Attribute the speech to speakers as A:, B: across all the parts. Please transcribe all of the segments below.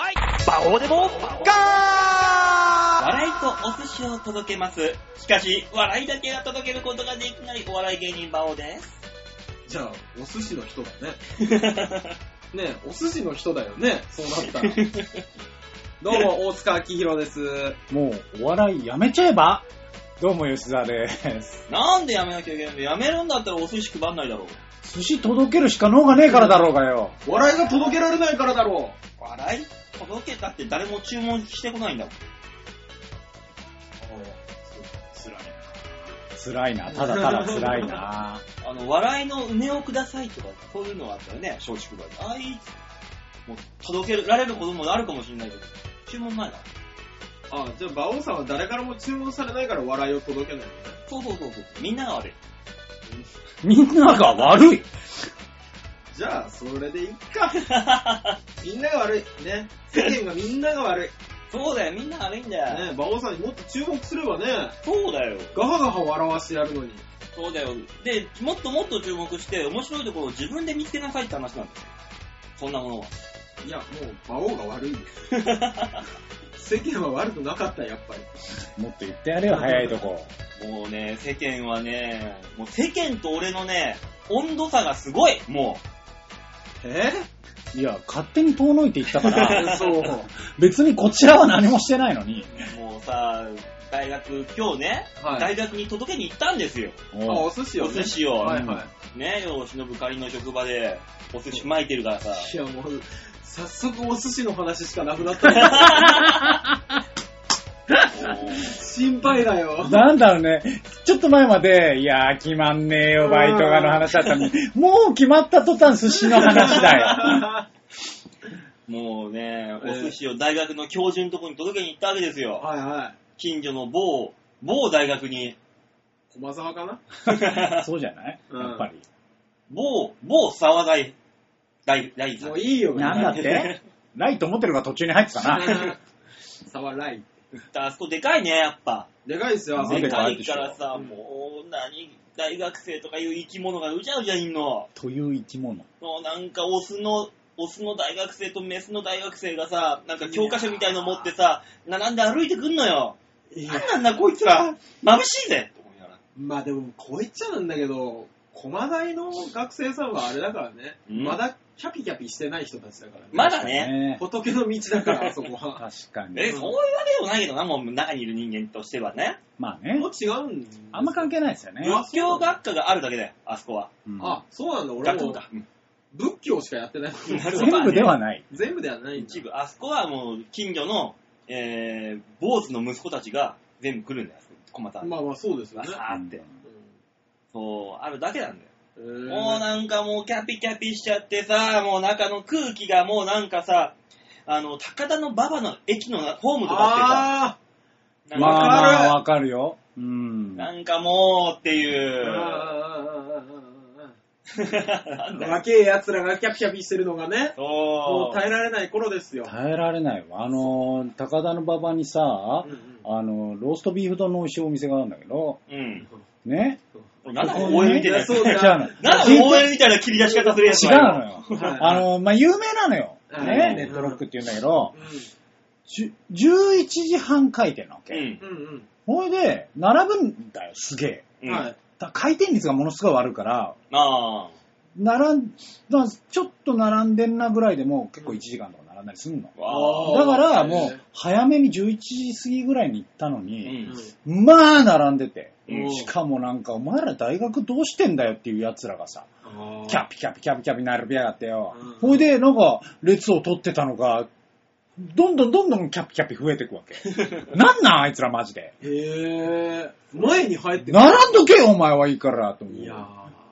A: ここでも、ガー
B: 笑いとお寿司を届けます。しかし、笑いだけが届けることができないお笑い芸人馬王です。
C: じゃあ、お寿司の人だね。ねえお寿司の人だよね。そうな ったら。どうも、大塚明宏です。
A: もう、お笑いやめちゃえばどうも、吉沢です。
B: なんでやめなきゃいけないのやめるんだったらお寿司配んないだろう。
A: 寿司届けるしか能がねえからだろうがよ。
C: 笑いが届けられないからだろ
B: 笑い届けたって誰も注文してこないんだもん。
A: 辛いな、ただただ辛いな。
B: あの、笑いの梅をくださいとか、そういうのがあったよね、松竹梅。ああいう、もう、届けられることもあるかもしれないけど、注文ないな。
C: う。あ、じゃあ、馬王さんは誰からも注文されないから笑いを届けないのね。
B: そうそうそうそう。みんなが悪い。
A: みんなが悪い。
C: じゃあ、それでいっ か。みんなが悪い。ね。世間がみんなが 悪い。ね
B: そうだよ、みんな悪いんだよ。
C: え馬王さんにもっと注目すればね、
B: そうだよ。
C: ガハガハ笑わしてやるのに。
B: そうだよ。で、もっともっと注目して、面白いところを自分で見つけなさいって話なんですよ。そんなものは。
C: いや、もう、馬王が悪いよ。 世間は悪くなかった、やっぱり。
A: もっと言ってやれよ、早いとこ。
B: もうね、世間はね、もう世間と俺のね、温度差がすごいも
C: え
A: いや、勝手に遠のいていったから、
C: ーそう。
A: 別にこちらは何もしてないのに。
B: う、もうさ、大学、今日ね、
C: はい。
B: 大学に届けに行ったんですよ。
C: あ、
A: おう
C: お寿司を、
B: お
C: ね。
B: 寿司を。
C: はいはい。
B: ね、よう、忍ぶ仮の職場で、お寿司巻いてるから さ。
C: いやもう、早速お寿司の話しかなくなったよ。
B: もう
C: 心配だよ。
A: なんだろうね、ちょっと前まで、いやー、決まんねえよ、バイトがの話だったのに、もう決まった途端、寿司の話だよ。
B: もうね、
C: え
B: お
C: え
B: 寿司を大学の教授のとこに届けに行ったわけですよ。
C: はいは
B: 近所の某、某大学に、
C: い。駒沢かな
A: そうじゃないやっぱり。
B: 某、某沢大、大、大
C: も
B: 学
C: う。いいよ。
A: な んだってライト持ってるが途中に入ってたな。
C: 沢ライ。
B: あそこでかいね、やっぱ。
C: でかいっすよ、あそこ
A: で
B: で
A: かい
B: かいからさ、
C: でかいでし
B: もう、何、大学生とかいう生き物がうじゃうじゃいんの。
A: という生き物。
B: もうなんか、オスの、オスの大学生とメスの大学生がさ、なんか教科書みたいの持ってさ、並んで歩いてくんのよ。
C: いや
B: なんなんだ、こいつら。眩しいぜ。と思いながら
C: まあでも、こう言っちゃなんだけど、駒大の学生さんはあれだからね、
B: うん
C: まだキャピキャピしてない人たちだからね。
B: まだね。
C: 仏の道だから、あそこ は。
A: 確か
B: え、
A: に。
B: そういうわけでもないけどな、もう中にいる人間としてはね。
A: まあね
C: もう。違うんです
A: あんま関係ないですよね。
B: 仏教学科があるだけだよ、あそこは。
A: うん
C: あ、そうなんだ、俺
B: 学
C: も
B: 部か。
C: 仏教しかやってない。
B: なるほど
A: 全部ではない。
C: 全部ではないんだ
B: 一部、あそこはもう近所の、えー、坊主の息子たちが全部来るんだよ、駒沢に。
C: まあまあ、そうですよ
B: わ
C: ね。
B: ーって。そう、あるだけなんだよ。
C: うん
B: もうなんかもうキャピキャピしちゃってさ、もう中の空気がもうなんかさ、あの、高田の馬場の駅のなホームとか
C: あ
B: って
A: ま
B: さ、
A: あ
B: なん
C: わ
B: か
C: かる
A: まあ、わかるよ。うん。
B: なんかもうって
C: ー
B: いう。なん
C: あー
B: だよ。
C: 若え奴らがキャピキャピしてるのがね、も
B: そうう。
C: 耐えられない頃ですよ。
A: 耐えられないわ。あのー、高田の馬場にさ、
C: うんうん
A: あのー、ローストビーフ丼の美味しいお店があるんだけど、
B: うん。
A: ね。
B: なんだ応援みたいなやつ。
C: そうだ
A: 違うの。
B: なんだ応援みたいな切り出し方するやつ
A: 違うのよ。
C: はい
A: あの、まあ、有名なのよ。
C: はい
A: ね、
C: うん
A: ネットロックって言うんだけど、
C: う
A: じゅ11時半開店なわ
B: う
A: け。
B: ん。
C: んうん
A: ほいで、並ぶんだよ、すげえ。
B: う
C: う。
B: んん。
C: は
B: あ
C: い。
A: だ回転率がものすごい悪いから、
B: あ。
A: 並ん、だからちょっと並んでんなぐらいでもう結構1時間とか並んだりすんの。
B: わあ。
A: だからも
C: へえ
A: う、早めに11時過ぎぐらいに行ったの
B: う
A: に、
C: うん
B: ん。
A: まあ並んでて。
B: うん
A: しかもなんか、お前ら大学どうしてんだよっていう奴らがさ、キャピキャピキャピキャピ並びやがってよ。
C: うん
A: ほいで、なんか、列を取ってたのが、どんどんどんどんキャピキャピ増えてくわけ。なんなんあいつらマジで。
C: へえ。前に入ってくる
A: 並んどけよ、お前はいいから、と思
C: いや
A: う。
C: ー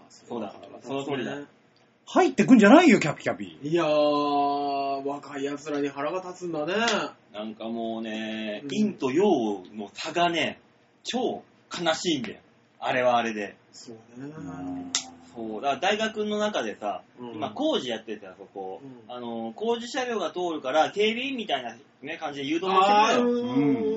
B: そうだその通りだ。
A: 入ってくんじゃないよ、キャピキャピ。
C: いやー、若い奴らに腹が立つんだね。
B: なんかもうね
C: う、ん
B: 陰と陽の差がね、超悲しいんだよ。あれはあれで。
C: そう
A: う
C: ね
A: ん。
B: そう。だから大学の中でさ、
C: うん
B: 今工事やってたそこ、
C: うん
B: あの、工事車両が通るから、警備員みたいな、ね、感じで誘導
C: あ
B: して
C: ー
B: るのよ。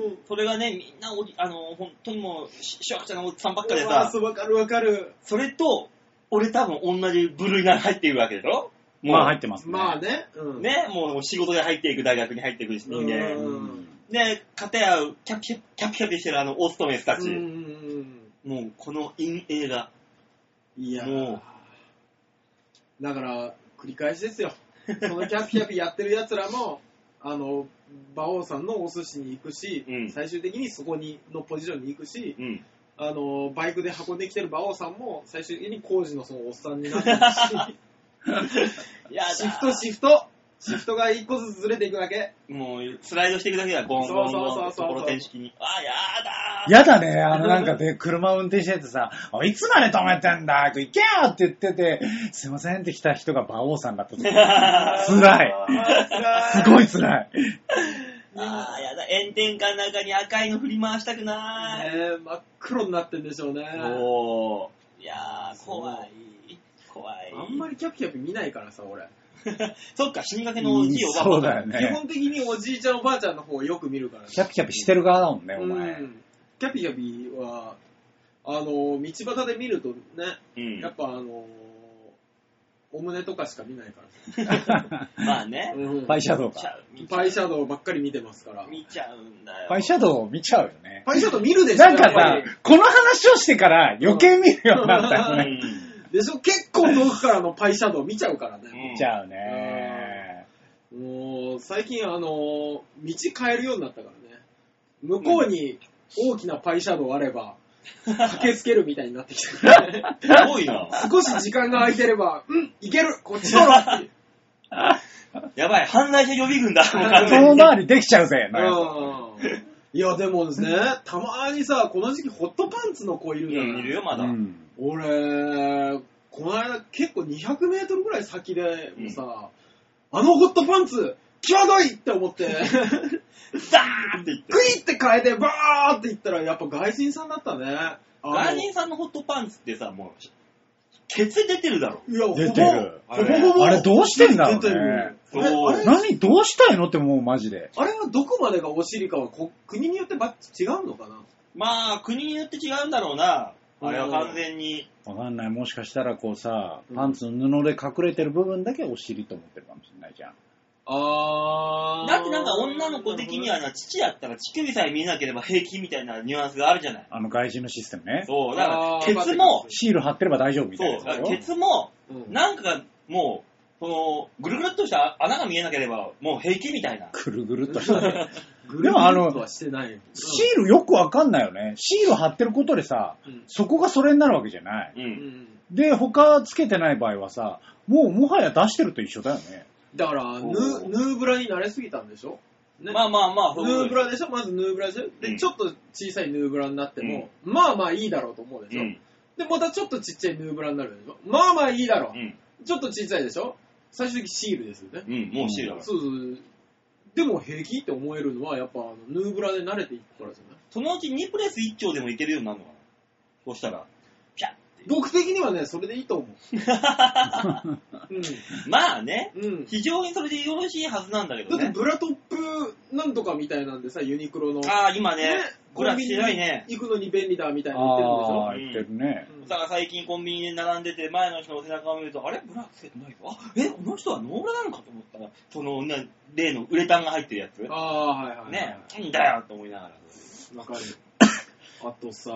C: うん。
B: それがね、みんなおじ、あの、本当にもう、ししわくちゃなおっさんばっかで
C: うわー
B: さ
C: そ、うわかるわかる。
B: それと、俺多分同じ部類が入っているわけでしょもう、
A: まあ入ってますね。
C: まあね。うん。。
B: ね、もう仕事で入っていく大学に入っていく人
C: うん。
B: 間。
A: う
C: うんん。
B: で、片やキャピキャピキャピキャピしてるあのオストメスたち、
C: うん
B: もうこの陰影が、
C: いや
B: も
C: だから、繰り返 しですよ。そのキャピキャピやってる奴らも、あの、馬王さんのお寿司に行くし、
B: うん
C: 最終的にそこにのポジションに行くし、
B: う、うん、
C: あの、バイクで運んできてる馬王さんも、最終的に工事のそのおっさんに なってるし、
B: いやだ
C: シフトシフトシフトが一個ずつずれていくだけ。
B: もうスライドしていくだけだ、ゴンゴンゴ
C: そ
B: ン、
C: うそうそう
B: と
C: そう
B: ころ転式に。あ、やだー
A: やだね、あのなんかで、車運転しててさ、おいつまで止めてんだ、行けよって言ってて、すいませんって来た人が馬王さんだった時。辛い。
C: す
A: すごい辛い。
B: あーやだ、炎天下の中に赤いの振り回したくない。
C: ねえ真っ黒になってんでしょうね。
B: もう、いやー、怖い。怖い。
C: あんまりキャピキャピ見ないからさ、俺。
B: そっか、死にかけのおじいおばあ
A: そうだよ
C: 基
A: ね。
C: 本的におじいちゃんおばあちゃんの方をよく見るからね
A: キャピキャピしてる側だもんね、お
C: う
A: 前。
C: んキャピキャピは、あの、道端で見るとね、
B: うん
C: やっぱあの、お胸とかしか見ないから
B: まあね。
C: うん
A: パイシャドウ
B: 見ち
A: か。
B: ゃう見ちゃう
C: パイシャドウばっかり見てますから。
B: 見ちゃうんだよ。
A: パイシャドウを見ちゃうよね。
C: パイシャドウ見るでしょ
A: なんか
C: やっぱ
A: さ
C: り、
A: この話をしてから余計見るようになったよ
B: う
A: ね。
B: ん
C: でしょ結構遠くからのパイシャドウ見ちゃうからね。
A: 見ちゃうね。
C: もう、最近あの、道変えるようになったからね。向こうに大きなパイシャドウあれ ば、駆けつけるみたいになってきたからね。
B: すごいな。
C: 少し時間が空いてれば、うん、いけるこっちだろっていう。
B: やばい、犯罪者予備軍だ。もう完全に
A: 遠回りできちゃうぜ、のやつ
C: うんいや、でもですね、たまにさ、この時期ホットパンツの子いるじゃ
B: うん
C: ない
B: いるよ、まだ。
A: う
B: うん。
A: ん
C: 俺、この間結構200メートルぐらい先でもさ、あのホットパンツ、際どいって思って、 グ
B: ダーンって言って。
C: イって変えて、バーっていったら、やっぱ外人さんだったね。あの
B: ガーニンさんのホットパンツってさ、もう、ケツ出てるだろ。
C: いや、ほぼ、
A: 出てる
C: ほぼほぼ。
A: あれどうしてんだろうね
C: 出てるあれ
B: そう
C: あれ
A: 何どうしたいのってもうマジで。
C: あれはどこまでがお尻かはこ国によってば違うのかな
B: まあ、国によって違うんだろうな。あれは完全に。
A: わかんない。もしかしたらこうさ
C: う、ん
A: パンツの布で隠れてる部分だけお尻と思ってるかもしれないじゃん。
C: あ
B: だってなんか女の子的にはな、父やったら乳首さえ見えなければ平気みたいなニュアンスがあるじゃない。
A: あの外人のシステムね。
B: そう、だか
C: あー
B: ら、ケツも、
A: シール貼ってれば大丈夫みたいな
B: そ
A: や
B: う、だ
A: つだ
B: か
A: よ
B: らケツも、
C: うん
B: なんかがもう、その、ぐるぐるっとした穴が見えなければ、もう平気みたいな。
A: くるぐるっとした。
C: グ
A: で
C: ル
A: もあの
C: ープはしてないよ。
A: シールよくわかんないよね。シール貼ってることでさ、
C: うん
A: そこがそれになるわけじゃない。
B: う。
C: うんん
A: で、他つけてない場合はさ、もうもはや出してると一緒だよね。
C: だから、ヌ
B: お
C: ー
B: う
C: ヌーブラに慣れすぎたんでしょね
B: まあまあまあ、
C: ヌ
B: そういう
C: ー
B: こ
C: ブ
B: と
C: ラでしょまずヌーブラでしょ
B: う
C: で、
B: ん
C: ちょっと小さいヌーブラになっても、まあまあいいだろうと思うで
B: で
C: し
B: う
C: ょ
B: ん。
C: で、またちょっとちっちゃいヌーブラになるでしょまあまあいいだろ
B: うん。
C: うちょっと小さいでしょ最終的にシールですよね。
B: うん、もうシールだから。
C: そうそう。でも平気って思えるのは、やっぱあのヌーブラで慣れていくからじ ゃない
B: そのうち2プレス1丁でもいけるようになるのかな。そうしたら、ピャ
C: 僕的にはね、それでいいと思 う。
B: ッまあね、
C: うん。うん。
B: 非常にそれでよろしいはずなんだけ
C: だ
B: ど
C: って
B: ね。
C: ブラトップなんとかみたいなんでさ、ユニクロの。
B: ああ、今ね、これはしてないね。
C: 行くのに便利だみたいな言ってるんでし
A: あ
C: ょ
A: あ、言ってるね。
C: うん
B: だから最近コンビニで並んでて、前の人の背中を見ると、あれブラックってないあ、え、この人はノーブラなのかと思ったら、その、ね、例のウレタンが入ってるやつ。
C: ああ、はいはいはい。
B: ね、うんだよと思いながら。
C: わかる。あとさ、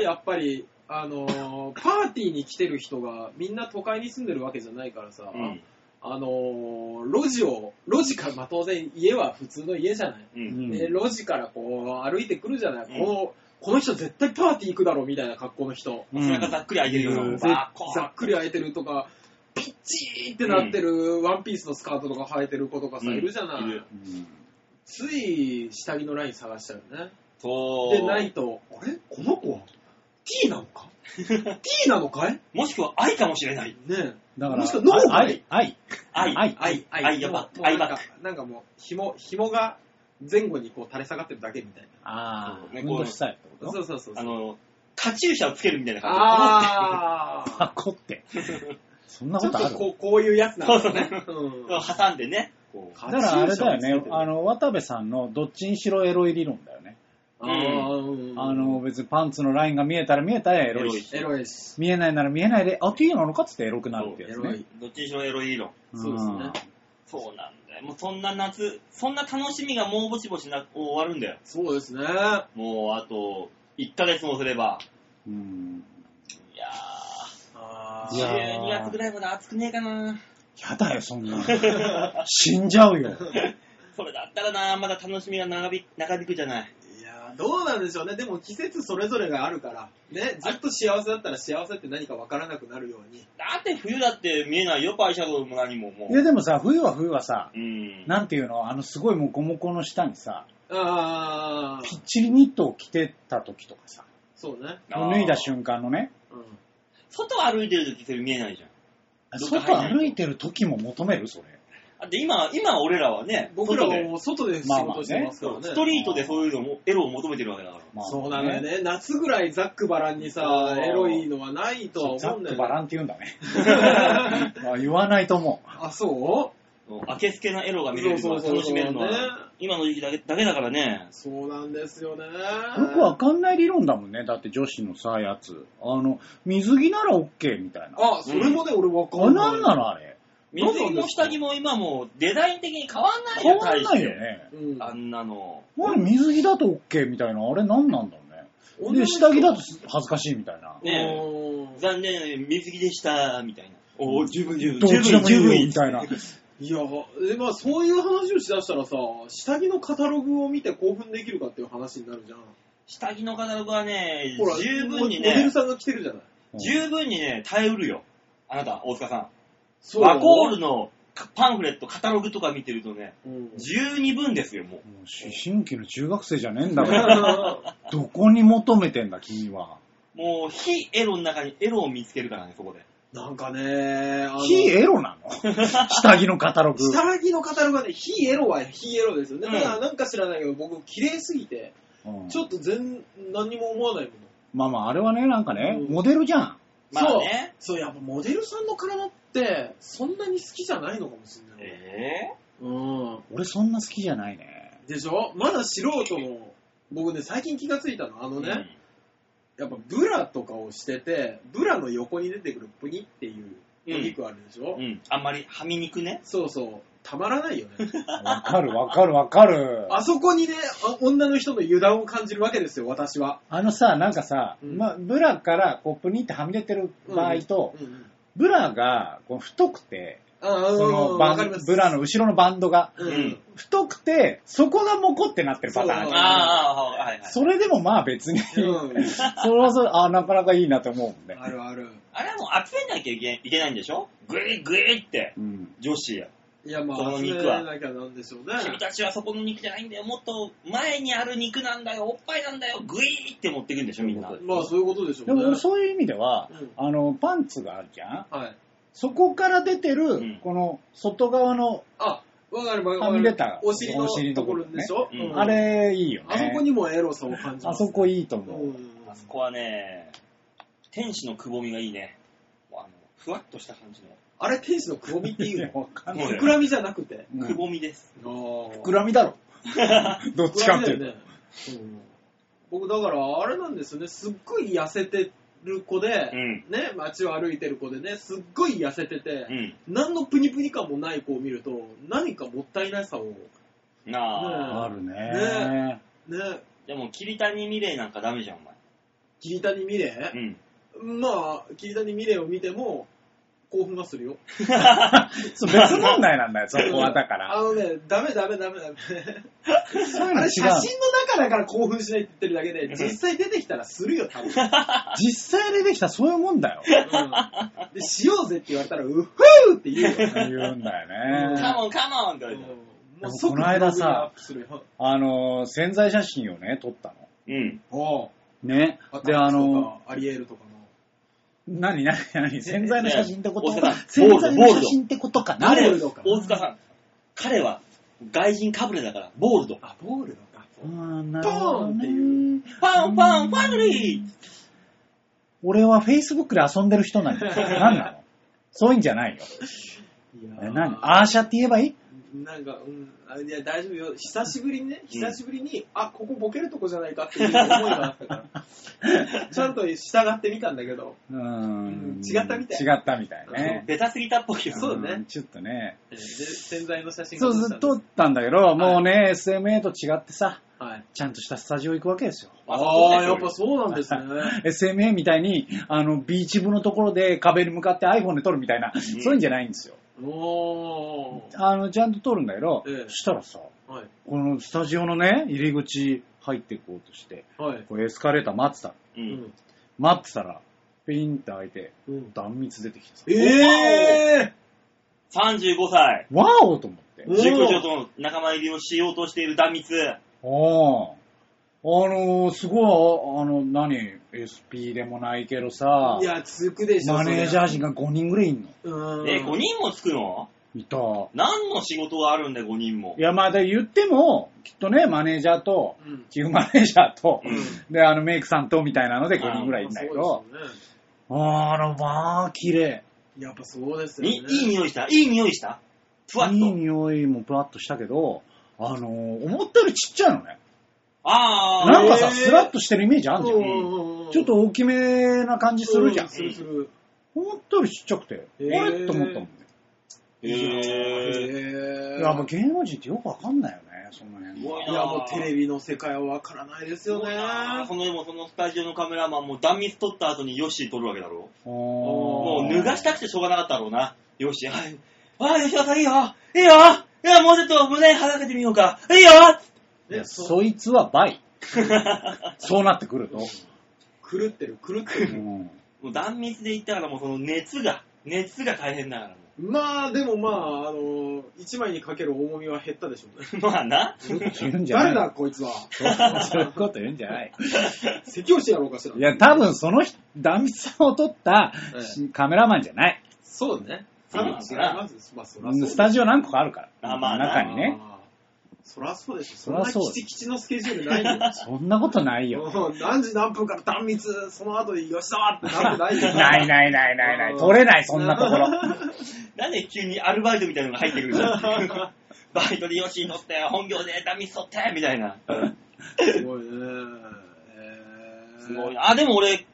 C: やっぱり、あのー、パーティーに来てる人がみんな都会に住んでるわけじゃないからさ、
B: うん。
C: あのー、路地を、路地から、まあ、当然家は普通の家じゃない。
B: う。
A: うんん
C: で、路地からこう歩いてくるじゃない。
B: うん
C: この、この人絶対パーティー行くだろうみたいな格好の人。
A: うん
B: 背中ざっくり開いてるよう
A: う
B: な。
A: ん
B: バーコ
C: ざっくり開いてるとか、ピッチーってなってるワンピースのスカートとか履いてる子とかさ、
B: うん
C: いるじゃないい
B: る。
A: うん
C: つい下着のライン探しちゃうよね。
B: そう。
C: で、ないと、あれこの子は T なの か ?T なのかいね
B: もしくは愛かもしれない。
C: え。
A: だか
C: も
A: ら
C: しくは脳、が
A: 愛、愛。
B: 愛。
A: 愛
B: 愛。愛。愛。やば
C: も。う
B: 愛
C: な
B: ば
C: ん
B: っ
C: か
B: か。
C: なんかもう、紐、紐が前後にこう垂れ下がってるだけみたいな。
A: あ
B: そう
A: あ、
B: ね
A: 運動したいってこと
C: そうそうそうそ
B: あ
C: う。
B: の、カチューシャをつけるみたいな感
C: ああ
A: 箱 って。そんな
C: ちょ
A: こ
C: っ
A: とある
C: とこうこういうやつなんだね。
B: じ
C: う
B: で。
C: ん
B: 挟んでね。こう
A: だからあれだよ
C: カチューシャをつけ
A: ね
C: て、る
A: あの、渡部さんのどっちにしろエロい理論だよね。
C: あー
A: あの、、別にパンツのラインが見えたら見えたらエロ
B: エロ
A: い
B: い
A: し。
C: エロいです。
A: 見えないなら見えないで、あ、T なのかっつってエロくなるってやつ
C: そうエロ
A: ね
C: い。
B: どっちにしろエロい論。
A: うん
C: そうですね。
B: そうなんだよ。もうそんな夏、そんな楽しみがもうぼちぼちな終わるんだよ。
C: そうですね。
B: もうあと、1ヶ月もすれば。
A: うん。
B: いや
C: あ
B: ー、
A: いやー
B: 12月ぐらいまで暑くねえかな。
A: やだよ、そんなの。死んじゃうよ。
B: それだったらな、まだ楽しみが長引長引くじゃない。
C: いやーどうなんでしょうね。でも季節それぞれがあるから、ね、ずっと幸せだったら幸せって何かわからなくなるように。
B: だって冬だって見えないよ、アイシャドウも何もも
A: いうや、。でもさ、冬は冬はさ、
B: うん。
A: なんていうの、あの、すごいもうゴムコの下にさ、
C: ああ、
A: ぴっちりニットを着てた時とかさ、
C: そうね。
B: あー
A: 脱いだ瞬間のね、
C: うん。
B: 外歩いてる時それ見えないじゃん。どっか
A: 外
B: 入んない
A: 歩いてる時も求めるそれ。
B: だって今、今俺らはね、
C: 僕ら
B: 外
C: は
B: で
C: もう外で仕事してますから
B: そう
C: ね。
B: ストリートでそういうのも、エロを求めてるわけだから。
A: まあ
C: そうなのよ。ね。夏ぐらいざっくばらんにさ、
B: そう
C: エロいのはないとは
A: ザ
C: 思うん
A: ッ
C: だ
A: ク
C: よ、
A: バ
C: ね。
A: ランって言うんだね。 まあ言わないと思う。
C: あ、そう
B: もう明けすけなエロが見れるのは
C: そうそう
B: 楽
C: そ
B: し
C: うそう
B: めるのは、
C: ね
B: 今の時期だけだけだからね。
C: そうなんですよね。
A: よくわかんない理論だもんね。だって女子のさ、やつ。あの、水着なら OK みたいな。
C: あ、それもね、俺わか
A: あ、
C: んない。
A: なんなのあれ。
B: 水着も下着も今もうデザイン的に変わんないよ、
A: 変わんないよ
B: 大して。
A: ね。
C: うん
B: あんなの。
A: あれ水着だと OK みたいな。あれなんなんだろうね。
C: 女の
A: で、
C: 人
A: 下着だと恥ずかしいみたいな。
B: ね
C: うん
B: 残念ながら水着でした、みたいな。おお、十分十
A: どっ
B: 分。
A: ちでもい
B: 十分
A: いよみたいな。
C: いや、えまあそういう話をしだしたらさ、下着のカタログを見て興奮できるかっていう話になるじゃん。
B: 下着のカタログはね
C: ほら、、
B: 十分に
C: モデル
B: ね、
C: さんが着てるじゃない。
B: 十分にね、耐えうるよ。あなた、大塚さん。
C: そう
B: ワコールのパンフレット、カタログとか見てるとね、
C: うん
B: 十二分ですよ、もう。
A: もう思春期の中学生じゃねえんだ から。どこに求めてんだ、君は。
B: もう、非エロの中にエロを見つけるからね、そこで。
C: なんかね、あの
A: 非エロなの 下着のカタログ。
C: 下着のカタログはね、非エロは非エロですよね。
B: うん
C: だからなんか知らないけど、僕、綺麗すぎて、
A: うん
C: ちょっと全、何にも思わないもの。
A: まあまあ、あれはね、なんかね、
C: うん
A: モデルじゃん。
B: まあね。
C: そう、そう、やっぱモデルさんの体って、そんなに好きじゃないのかもしれない。
B: え
C: うん。
A: 俺そんな好きじゃないね。
C: でしょまだ素人の、僕ね、最近気がついたの、あ
B: ぇ
C: のね、やっぱブラとかをしてて、ブラの横に出てくるプニっていうお肉あるでしょ、
B: うん。あんまり、はみ肉ね。
C: そうそう、たまらないよね。
A: わかるわかるわかる。
C: あそこにね、あ女の人の油断を感じるわけですよ、私は。
A: あのさ、なんかさ、
C: うん
A: まあ、ブラからこうプニってはみ出てる場合と、
C: うんうん、
A: ブラがこう太くて、
C: ああ、
A: その
C: うん
A: バ
C: わ
A: ン
C: かります。
A: ブラの後ろのバンドが
C: うん、
B: うん
A: 太くて、そこがモコってなってるパターンある
C: う
A: じ
C: ん
A: ゃん。
B: ああ、はいはい。
A: それでもまあ別に、
C: うん
A: それはそれ、あなかなかいいなと思うもんね。
C: あるある。
B: あれはもう集めなきゃいけいけないんでしょグイグイって。
A: うん。
B: 女子や。
C: いや、ま
B: こ
C: あ、
B: の
C: 集
B: 肉
C: め
B: は
C: なきゃなんでしょうね。
B: 君たちはそこの肉じゃないんだよ。もっと前にある肉なんだよ。おっぱいなんだよ。グイーって持ってくんでしょみんな。
A: そういうこ
C: まあ、そういうことでしょう
A: で
C: ね。
A: も俺そういう意味では、
C: うん
A: あの、パンツがあるじゃん
C: はい。
A: そこから出てる、
B: ん
A: この外側の、
C: あ、わかるわかる。
A: はみ出た
C: お尻
A: お尻の
C: の
A: と
C: と
A: こ
C: こ
A: ろ
C: ろ
A: ね
C: でしょ、
B: うん
A: あれいいよね。
C: あそこにもエロさを感じ
A: あ
C: ます、
A: そこいいと思う。
C: うん。
B: あそこはね、天使のくぼみがいいね。もうあのふわっとした感じの。
C: あれ、天使のくぼみって いう
A: わかん
B: ない
C: の膨らみじゃなくて。
A: うん
B: くぼみです。
C: あー
A: 膨らみだ ろ。どっちかっていうと。
C: ね。僕、だから、あれなんですよね。すっごい痩せてる子で、
B: うん
C: ね、街を歩いてる子でね、すっごい痩せて
B: う
C: て、
B: ん。
C: 何のプニプニ感もない子を見ると、何かもったいなさを、ね、
B: なあ。
A: あるね
C: ね
B: でも、桐谷美玲なんかダメじゃん、お前。
C: 桐谷美玲、
B: うん。
C: まあ、桐谷美玲を見ても、興奮はするよ。
A: そう別問題なんだよ、そこはだか
C: あ
A: ら。
C: のね、ダメダメダメダメ。
A: そういうの違
C: あれ
A: う
C: 写真の中だから興奮しないって言ってるだけで、実際出てきたらするよ、 多分。
A: 実際にできたらそういうもんだよ。
C: うんで、しようぜって言われたら、うっふーって言うよ。
A: 言うんだよ
B: カ
A: ね。
B: モンカモンって言われて。
C: もう即
A: この間さ
C: ブログにアップ
A: あの、潜在写真をね、撮った
B: うん。
C: するよ、
A: の。ね
C: ああ。。
A: で、あの、、
C: アリエールとか
A: 何、何、何、潜在の写真ってこと
B: ねね
A: 潜在の写真ってことかな
C: ボ
B: 彼
C: ールドか
B: 大塚さん。彼は外人かぶれだから、ボールド
C: の。。あ、ボールとか。
A: うんなる
C: ポ
A: ほど
C: ーンってい
A: ね
B: パンパンパンリー
A: 俺は Facebook で遊んでる人なんだよ。何なのそういうんじゃないよ。
C: いや
A: え
C: ー
A: 何アーシャって言えばいい
C: なんか、うん、あいや、大丈夫よ。久しぶりにね、久しぶりに、あ、ここボケるとこじゃないかっていう思いがあった から、ちゃんと従ってみたんだけど、
A: うん。
C: 違ったみたい
A: 違ったみたいね。
B: ベタすぎたっぽいよ。
C: そうね
A: んちょっとね。
C: えーで洗剤の写真
A: そう、
C: が
A: ずっと撮ったんだけど、もうね、SMA と違ってさ、
C: はい。
A: ちゃんとしたスタジオ行くわけですよ。
C: ああ、やっぱそうなんですね。
A: SMA みたいに、あの、ビーチ部のところで壁に向かって iPhone で撮るみたいな、そういうんじゃないんですよ。
C: おー。
A: あの、ちゃんと撮るんだけど、
C: ええ
A: したらさ、
C: はい。
A: このスタジオのね、入り口入っていこうとして、
C: はい。
A: こうエスカレーター待ってたの。
B: う。
C: うんん。
A: 待ってたら、ピンって開いて、
C: うん、
A: 断蜜出てきてさ、
C: え
B: 35歳。
A: わーおと思って。
C: おー
B: 塾女と仲間入りをしようとしている断蜜。
A: ああ。あのー、すごい、ああの、何、SP でもないけどさ
C: ー、い、や、続くでしょ。
A: マネージャー
C: そ
A: 陣が5人ぐらいいんの。
C: りゃうーん。
B: え、5人もつくの
A: いた。い
B: 何の仕事があるんだよ、5人も。
A: や、まあ、で言っても、きっとね、マネージャーと、
C: うん。
A: チーフマネージャーと、
B: うん
A: で、あの、メイクさんと、みたいなので5人ぐらいい
C: や
A: るん
C: っぱ
A: だ
C: そう
A: け
C: で
A: ど
C: すよ、ね。
A: あーあの、まあ、綺麗。
C: やっぱそうですよね。
B: にいい匂いしたいい匂いしたふわっと。
A: いい匂いもぷわっとしたけど、あのー、思ったよりちっちゃいのね。
B: あー。
A: なんか
C: へ
A: さ、
C: ー
A: スラッとしてるイメージあんじゃん。ちょっと
C: 大
A: 大きめな感じするじゃん。
C: するする。
A: 思ったよりちっちゃくて、あ
C: へー
A: れと思ったもんね。
B: へー。
A: い
C: い
A: や、もう芸能人ってよくわかんないよね、その辺
B: うわ
A: は。
C: いや、もうテレビの世界はわからないですよね。
B: そのでもそのスタジオのカメラマンも断蜜撮った後にヨッシー撮るわけだろ
A: も
B: もう脱がしたくてしょうがなかったろうな。ヨッシー、はい。ああ、吉田さんいいよいいよいや、もうちょっと胸はだけてみようか。いいよ
A: いや
C: そう
A: そいつは倍。そうなって くると。
C: 狂ってる、狂ってる。
A: うん
B: もう断蜜で言ったからもうその熱が、熱が大変だからも
C: まあ、でもまあ、あの、一枚にかける重みは減ったでしょうね。
B: う。 まあな。
A: 言うんじゃ
C: 誰
A: な
C: だ、
A: い。
C: こいつは。
A: そういうこと言うんじゃない。
C: 説教してやろうかしら。
A: いや、多分その人、ダミさんを撮った
C: ええ
A: しカメラマンじゃない。
C: そうね。
B: そうなん
C: 違い
B: だな
C: ます。まあ、そら
A: うん
C: そう
A: スタジオ何個かあるから。
B: あまあな
A: 中にね。
C: あーそらそうでしょ。そ
A: そ
C: ん
A: ら
C: な
A: そう
C: キチキチのスケジュールないよ。
A: そんなことな いよ。
C: もう何時何分から断密、その後に吉沢ってなってな
A: ないい
C: よ。
A: ないないないな
C: う
A: い。
C: ん
A: 撮れない、そんなところ。
B: なんで急にアルバイトみたいなのが入ってくるじゃ ん。バイトでヨッシー乗って、本業で断蜜撮って、みたいな。
C: すごいね。えー
B: すごい。な。あ、でも俺、昨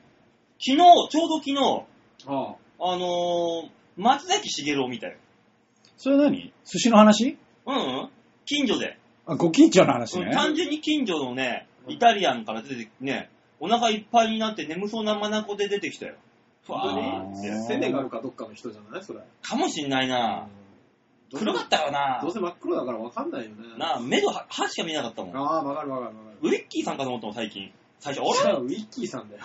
B: 日、ちょうど昨日、
C: ああ
B: あのー、松崎しげるを見たよ。
A: それ何寿司の話
B: うん、うん、近所で。
A: あご近所の話
B: うん
A: ね。
B: 単純に近所のね、
C: うん
B: イタリアンから出てきて、ね、お腹いっぱいになって眠そうなまなこで出てきたよ。ふわー
C: 本
B: っ
C: 当
B: て。
C: にセネガルかどっかの人じゃないそれ。
B: かもしんないな。
C: どうせ
B: 黒かったよな
C: どう。せ真っ黒だから分かんないよね。
B: なあ、目のは歯しか見えなかったもん。
C: ああ、分かる分かる分かる。
B: ウィッキーさんかと思ったもん、最近。最初、
C: じ
B: あ
C: ゃ
B: れ
C: あウィッキーさんだよ。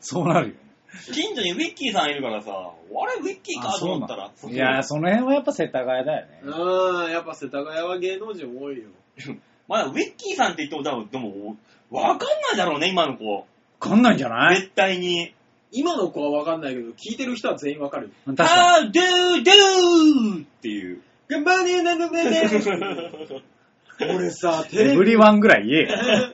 A: そうなるよね。
B: 近所にウィッキーさんいるからさ、あれ、ウィッキーかと思ったら。
A: いやー、その辺はやっぱ世田谷だよね。
C: うん、やっぱ世田谷は芸能人多いよ。
B: まあ、ウィッキーさんって言っても、多分、でも、わかんないだろうね、今の子。
A: わかんないんじゃない
B: 絶対に。
C: 今の子は分かんないけど、聞いてる人は全員分かるよ。
A: 確か
B: あー、ドゥー、ドゥーっていう。
C: 頑張れ、なんとかね。俺さ、
A: に。
C: テ
A: エ
C: レ
A: ブ
C: ビ、
A: リワンぐらい言えよ。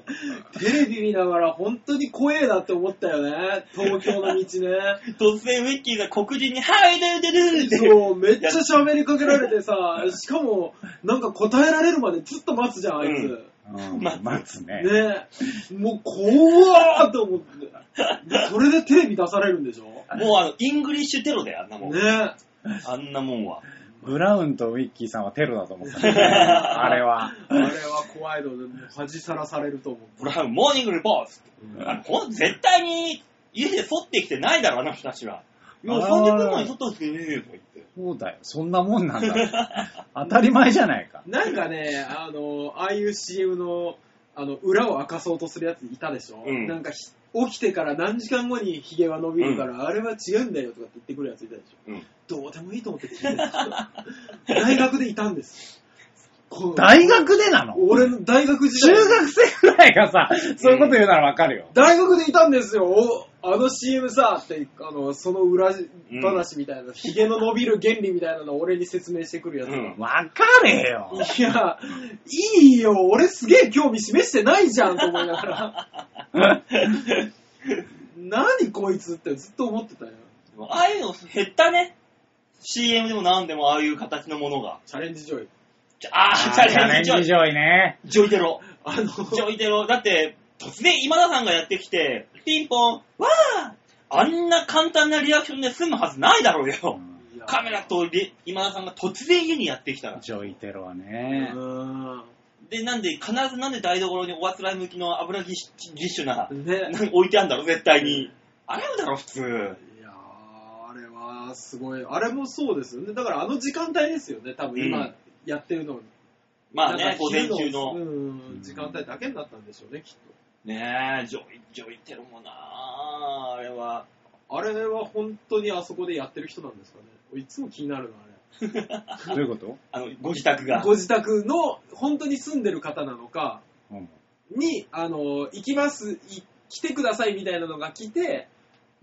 C: テレビ見ながら本当に怖えなって思ったよね。東京 の道ね。
B: 突然、ウィッキーが黒人に、はい、ドゥー、ドゥー、ドゥーって。
C: そう、めっちゃ喋りかけられてさ、しかも、なんか答えられるまでずっと待つじゃん、あいつ。
B: うん
A: うん
B: まあ
A: 待つね。
C: ねえ。もう、怖ーって思って。でそれでテレビ出されるんでしょね
B: もう、あの、イングリッシュテロだよ、あんなもん。
C: え。
B: あんなもんは。
A: ブラウンとウィッキーさんはテロだと思った ね。あれは。
C: あれは怖いので、もう恥さらされると思う。
B: ブラウン、モーニングレポートあのほん絶対に、家で剃ってきてないだろ、あの人たちは。もう
A: あー
B: 30分前に剃ったんですけどね、とか言って。
A: そうだよ。そんなもんなんだ。 当たり前じゃないか。
C: なんかね、あの、ああいう CM の、あの、裏を明かそうとするやついたでしょ、
B: うん
C: なんかひ、起きてから何時間後にヒゲは伸びるから、あれは違うんだよとかって言ってくるやついたでしょ、
B: うん
C: どうでもいいと思って聞いてるんですよ大学でいたんですこの
A: 大学でなの
C: 俺の大学時
A: 中
C: 代。
A: 学生ぐらいがさ、そういうこと言うならわかるよ。
C: 大学でいたんですよおあの CM さって、あの、その裏話みたいな、ヒゲの伸びる原理みたいなのを俺に説明してくるやつが、
B: うん
A: わかれよ。
C: いや、いいよ、俺すげえ興味示してないじゃんと思いながら。何こいつってずっと思ってたよ。
B: ああいうの減ったね。CM でも何でもああいう形のものが。
C: チャレンジジョイ。
B: じゃあー、チ
A: チャ
B: ャレ
A: レ
B: ン
A: ン
B: ジジョ
A: ジ
B: イ。
A: ジョイね。
B: ジョイテロ。
C: あの、
B: ジョイテロ。だって、突然今田さんがやってきて、ピンポン、わーあんな簡単なリアクションで済むはずないだろうよ。
C: いや
B: カメラとリ今田さんが突然家にやってきたら。
A: ジョイテロは
C: う
A: ね。
C: ーん。
B: で、なんで、必ずなんで台所におあつらい向きの油ぎっしぎっしゅな、
C: ね。
B: なんか置いてあるんだろ、絶対に。洗うだろ、普通。
C: いやーあれはすごい。あれもそうですよね。だからあの時間帯ですよね。多分
B: うん
C: 今やってるの。
B: まあ
C: なん
B: ね
C: か、
B: 午前
C: 昼
B: 中の。
C: うん時間帯だけになったんでしょうね、きっ
B: ねえ、ジョイ、ジョイテロもなああれは。
C: と。あれは本当にあそこでやってる人なんですかね。いつも気になるの、あ
A: どういうこと
B: あの、ご自宅が
C: れ。。ご自宅の本当に住んでる方なのか、
A: うん。
C: に、あの、行きます、い来てくださいみたいなのが来て、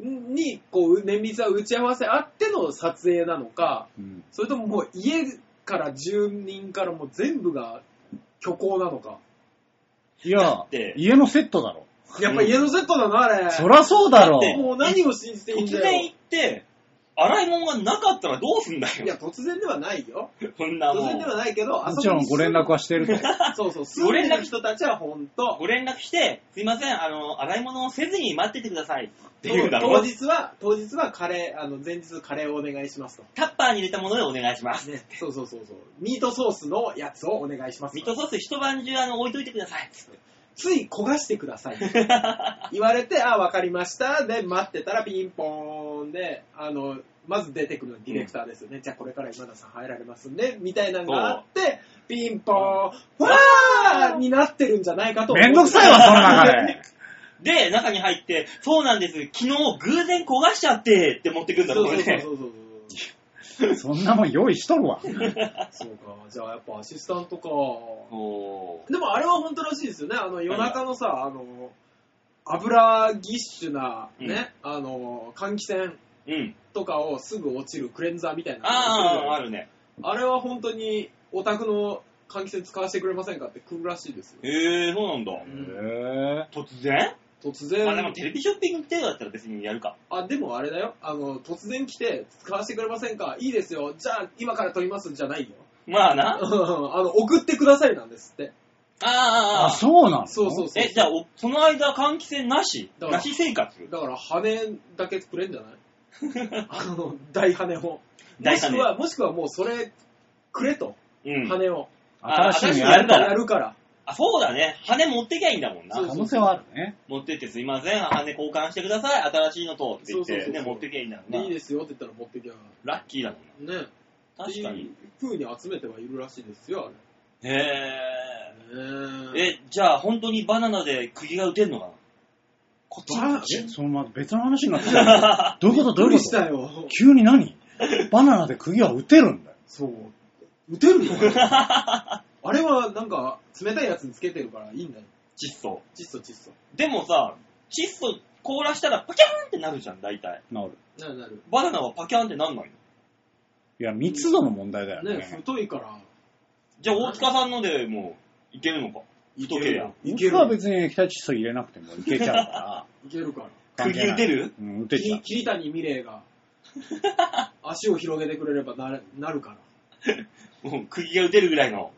C: んに、こう、綿密は打ち合わせあっての撮影なのか、
A: うん。
C: それとももう家から住人からもう全部が虚構なのか。
A: い
B: だ
A: や
B: って、
A: 家のセットだろ。
C: やっぱ家のセットだな、あれ。
A: そらそうだろ
B: だ。って
C: もう何を信じていいん
B: 突
C: だ
B: 然
C: よ
B: 行。って、洗い物がなかったらどうすんだ
C: いや、
B: よ。
C: 突然ではないよ。
B: こんな
C: 突
B: も
C: 然では
B: ん。
C: ないけど、あ
A: も
C: そ
A: ち
C: こ
A: ろん
C: に
A: ご連絡はして ると。
C: そうそう、住んでる人たちは本当。
B: ご連絡して、すいません、あの、洗い物をせずに待っててください。って
C: そ
B: いううだ
C: 当
B: ろ。
C: 日は、当日はカレー、あの、前日カレーをお願いしますと。
B: タッパーに入れたものでお願いします。
C: ね、そうそうそうそう。ミートソースのやつをお願いします
B: ミー。トソース一晩中、あの、置いといてください。
C: つい焦がしてください。言われて、あ、わかりました。で、待ってたらピンポーンで、あの、まず出てくるのはディレクターですよね。じゃあこれから今田さん入られますんで、みたいなのがあって、ピンポーン、わーになってるんじゃないかと
A: めんどくさいわ、その中
C: ね。
A: で。
B: で、中に入って、そうなんです、昨日偶然焦がしちゃって、って持ってくるん
C: そ
B: だ
C: う
B: ろ、
C: そ
B: こ
C: う
B: れ
C: そう
B: ね
C: そ。うそう。
A: そんなもん用意しと るわ。
C: そうか、じゃあやっぱアシスタントか。
B: おー
C: でもあれは本当らしいですよね。あの夜中のさ、あの、油ぎっしゅな、ね、あの、換気扇
B: うん。
C: とかをすぐ落ちるクレンザーみたいなの
B: ああ、あ
C: る
B: るね。
C: あれは本当にオタクの換気扇使わせてくれませんかって来るらしいですよ。
B: へえ、そうなんだ。
A: へぇ
B: 突然
C: 突
B: まあでも
C: 然、
B: テレビショッピング程度だったら別にやるか。
C: あ、でもあれだよ。あの、突然来て使わせてくれませんかいいですよ。じゃあ今から撮りますじゃないよ。
B: まあ
C: あ
B: な。
C: の、送ってくださいなんですって。
B: ああ、あ
A: あ、
B: あ。
A: そうなの
C: そうそうそう。
B: え、じゃあ、おその間換気扇なし
C: だから
B: なし生活
C: だから羽だけくれんじゃない あの、大羽を。も
B: 大
C: し
B: 羽
C: くは、もしくはもうそれくれと、
B: うん。
C: 羽を。
A: 新しいの
B: あ
A: や
B: るか
A: るからら。
C: やるから。
B: あ、そうだね。羽持ってきゃいいんだもんな
C: そ。う
A: 可能性はあるね。
B: 持ってってすいません、羽交換してください、新しいのとって言っ
C: そうそう
B: て、
C: そうそ
B: ね、
C: う
B: 持ってきゃいいんだもん
C: でいい
B: な。
C: ですよって言ったら持ってきゃ。
B: ラッキーだもんな。
C: ね。
B: 確かに。。
C: 風に集めてはいるらしいですよ、
B: へえ
C: あ。れ。ねえ。
B: え、じゃあ本当にバナナで釘が打てんのかなこっち
C: バナナ
A: えそのまま別の話にな ってた。どういうことどう
C: び
A: いう
C: っくり
A: こ
C: し
A: と
C: たよ。
A: 急に何バナナで釘は打てるんだよ。
C: そう。打て るのかなあれはなんか、冷たいやつにつけてるからいいんだよ。
B: 窒素。
C: 窒素窒素。
B: でもさ、窒素凍らしたらパキャーンってなるじゃん、大体。
A: 治る。
C: なるなる。
B: バナナはパキャーンってなんないの
A: いや、密度の問題だよ
C: ね
A: ね。
C: 太いから。
B: じゃあ大塚さんのでもういけるのか。太けりゃ。
C: いけ
A: 僕は
C: る。
A: 別に液体窒素入れなくてもいけちゃう から。
C: いけるから。
A: 関係
B: 釘
A: ない
B: 打てる
A: うん、打てちゃ
C: き
A: う。
C: 桐谷美 玲が足を広げてくれればなるなるから
B: もう釘が打てるぐらいの。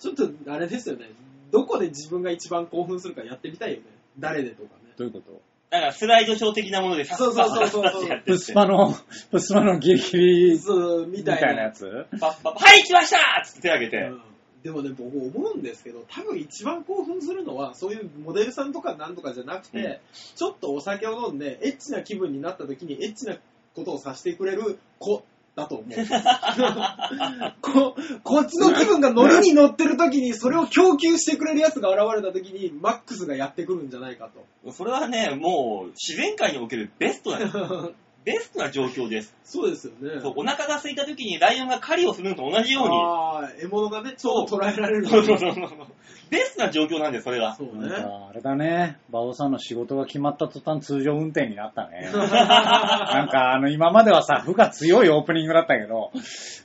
C: ちょっとあれですよねどこで自分が一番興奮するかやってみたいよね誰でとかね
A: どういうこと
B: だからスライドショー的なものでさ
C: そうそうそうそう
B: パッパッパッってやって
A: プスパの、プスパのギリギリ
C: そうみ
A: み
C: た
A: た
C: い
A: い
C: な
A: なやつ
B: パッパッパッはい、来ましたーっつって手挙げて。
C: うんでもね僕思うんですけど多分一番興奮するのはそういうモデルさんとかなんとかじゃなくて、
B: うん
C: ちょっとお酒を飲んでエッチな気分になった時にエッチなことをさせてくれる子だと 思うここっちの気分が乗りに乗ってる時にそれを供給してくれるやつが現れた時にマックスがやってくるんじゃないか
B: それはね、もう自然界におけるベストな、
C: と
B: ベストな状況です。
C: そうですよね
B: そうお腹が空いた時にライオンが狩りをするのと同じように。
C: ああ獲物がねちょっと捉えられる
B: そうそうそうそう。ベストな状況なんだよ、それが。
C: そう
A: なん
C: ね
A: かあれだね、馬王さんの仕事が決まった途端通常運転になったね。なんかあの今まではさ、負が強いオープニングだったけど、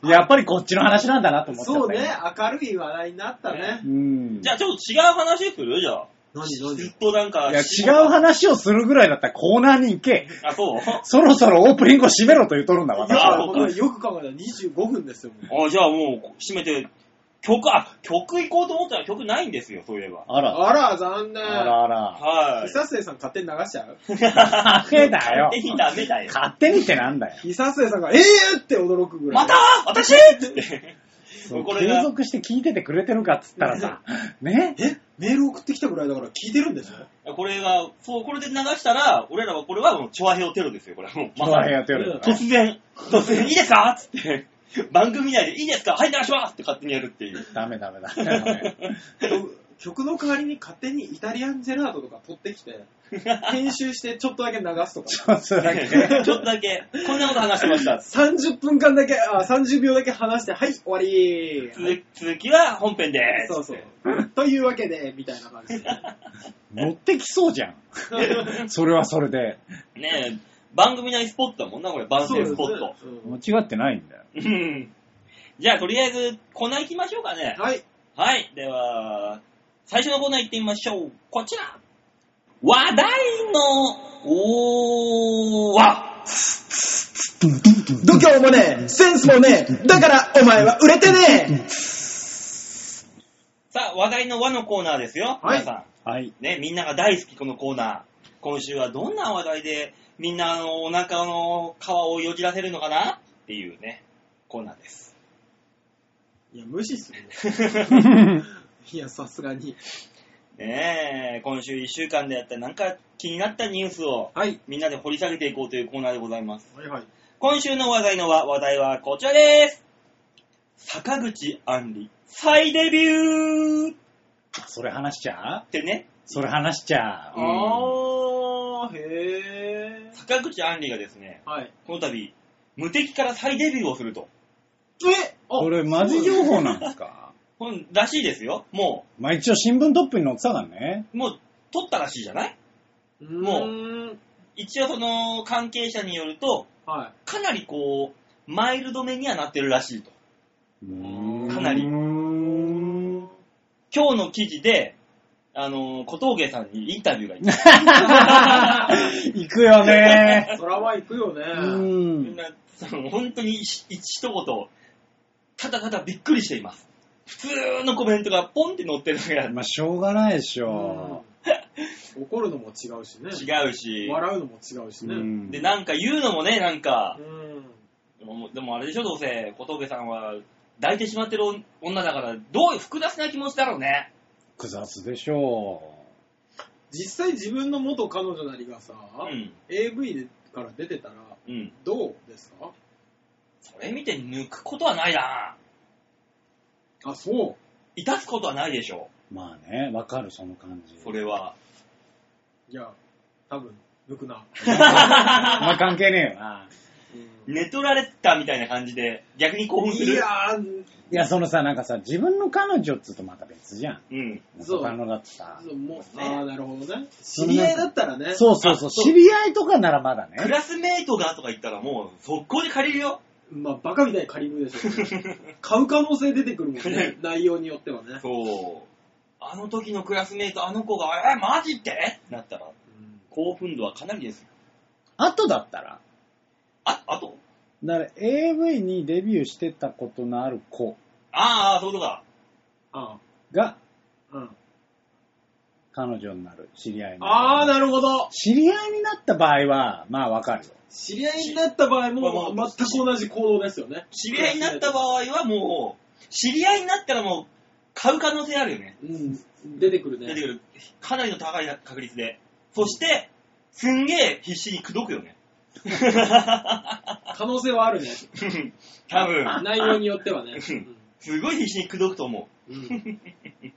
A: やっぱりこっちの話なんだなと思っちゃった
C: そう
A: よ
C: ね明るい話題になったね
A: うん。
B: じゃあちょっと違う話するじゃあ。
C: 何
B: ずっとなんか。
A: いや、違う話をするぐらいだったらコーナーに行け。
B: あ、そう
A: そろそろオープニングを閉めろと言うとるんだ、
C: い
A: 私
B: いや
A: は。
C: や、よく考えたら25分ですよ、もう
B: あ、じゃあもう、閉めて、曲、あ、曲行こうと思ったら曲ないんですよ、そういえば。
A: あら、
C: あら、残念。
A: あらあら。
B: はい。
C: 久瀬さん勝手に流しちゃう
A: 勝手だよ。
B: え、ダメだよ。
A: 勝手にってなんだよ。
C: 久瀬さんが、えーって驚くぐら
B: ま
C: い。
B: た私 つって。
A: そう
B: こ
A: 継
B: れが
A: 続して聞いててくれてるかっつったらさ、ね
C: えメール送ってきたぐらいだから聞いてるんですよ。
B: これが、そう、これで流したら、俺らはこれはもう、チョアヘオテロですよ、これはもう。まさ
A: 長編
B: に。
A: やってる。
B: 突然、突然、いいですかつって。番組内で、いいですかはい、流しますって勝手にやるっていう。
A: ダメダメダメ。
C: 曲の代わりに勝手にイタリアンジェラートとか取ってきて、編集してちょっとだけ流すとか。
A: ちょっとだけ。
B: ちょっとだけ、こんなこと話してました。
C: 30分間だけ、あ、30秒だけ話して、はい、終わり
B: 続続きは本編です。
C: そうそう。というわけで、みたいな感じ で。
A: 持ってきそうじゃん。それはそれで。
B: ねえ、番組内スポットだもんな、これ、番宣スポット。
C: そうですね
A: 間違ってないんだよ。
B: うんじゃあ、とりあえず、コーナー行きましょうかね
C: うん。はい。
B: はい。では、最初のコーナー行ってみましょう。こちら。話題の、おーわ。
C: 度胸もねえ、センスもねえ、だからお前は売れてね
B: さあ、話題の和のコーナーですよ。
C: はい
B: 皆さ
A: はい。
B: ん。ね、みんなが大好き、このコーナー。今週はどんな話題で、みんなのお腹の皮をよじらせるのかなっていうね、コーナーです。
C: え。いや、無視するよ。いや、さすがに。
B: ねえ、今週1週間でやったなんか気になったニュースを
C: はい。
B: みんなで掘り下げていこうというコーナーでございます。
C: はいはい。
B: 今週の話題の話話題はこちらです。坂口安里、再デビューっ
A: それ話しちゃう
B: てね、
A: それ話しちゃ
B: うん
A: う。
C: あー、へー。
B: 坂口安里がですね、
C: はい。
B: この度、無敵から再デビューをすると。
C: えあ
A: これマジ情報なんですか
B: ほんらしいですよ。も
A: まあ一応新聞トップに載ってたからね。
B: う、もう、取ったらしいじゃない
C: も
B: う一応その、関係者によると、
C: は
B: かなりこう、マイルドめにはなってるらしいと。かなり
A: うーん
B: 今日の記事で、あの、小峠さんにインタビューがいった。
A: 行くよね
C: い。そらは行くよね。
A: う
B: みん
A: ん。
B: な、その本当に一一言、ただただびっくりしています。普通のコメントがポンって載ってるの
A: まあしょうがないでしょ。
C: うん怒るのも違うしね。
B: が違うし、
C: 笑うのも違うしね。うん。
B: で、なんか言うのもね、なんか、
C: う
B: でもでもあれでしょ、どうせ、小峠さんは抱いてしまってる女だから、どういう複雑な気持ちだろうね。
A: 複雑でしょ
C: 実際自分の元彼女なりがさ、
B: うん、
C: AV から出てたら、
B: うん。
C: どうですか
B: それ見て抜くことはないな。
C: あ、そう。
B: いたすことはないでしょ
A: う。まあね、わかる、その感じ
B: う、。それは。
C: いや、多分、抜くな。
A: まあ関係ねえよな。
B: 寝取られたみたいな感じで、逆に興奮す
C: い
B: る。
C: やー、
A: いや、そのさ、なんかさ、自分の彼女っつうとまた別じゃん。
B: うん。
C: そう
A: 他のだってさ。
C: もう、
B: ね
C: あー、なるほどね。知り合いだったらね。
A: そうそうそう、
B: そう
A: 知り合いとかならまだ
B: ク
A: ね。
B: ラスメイトがとか言ったらもう、速攻で借りるよ。
C: まあ、バカみたいに借りるでしょうね。買う可能性出てくるもんね。内容によってはね。
B: そう。あの時のクラスメイト、あの子が、え、マジってってなったら、
C: うん
B: 興奮度はかなりですよ。
A: あとだったら、
B: あ、あと
A: だから AV にデビューしてたことのある子
B: ああ、そういうことか。
C: あ
A: が
C: あ、うん。
A: 彼女になる、知り合いになる。
C: あー、なるほど。
A: 知り合いになった場合は、まあわかるよ。
C: 知り合いになった場合も
B: まあ
C: 全く同じ行動ですよね。
B: 知り合いになった場合はもう、知り合いになったらもう、買う可能性あるよね。
C: うん、出てくる
B: 出て
C: ね。
B: くる。かなりの高い確率で。そして、すんげえ必死に口説くよね。
C: 可能性はあるね。
B: 多分、
C: 内容によってはね。
B: すごい必死に口説くと思う。
C: うんうん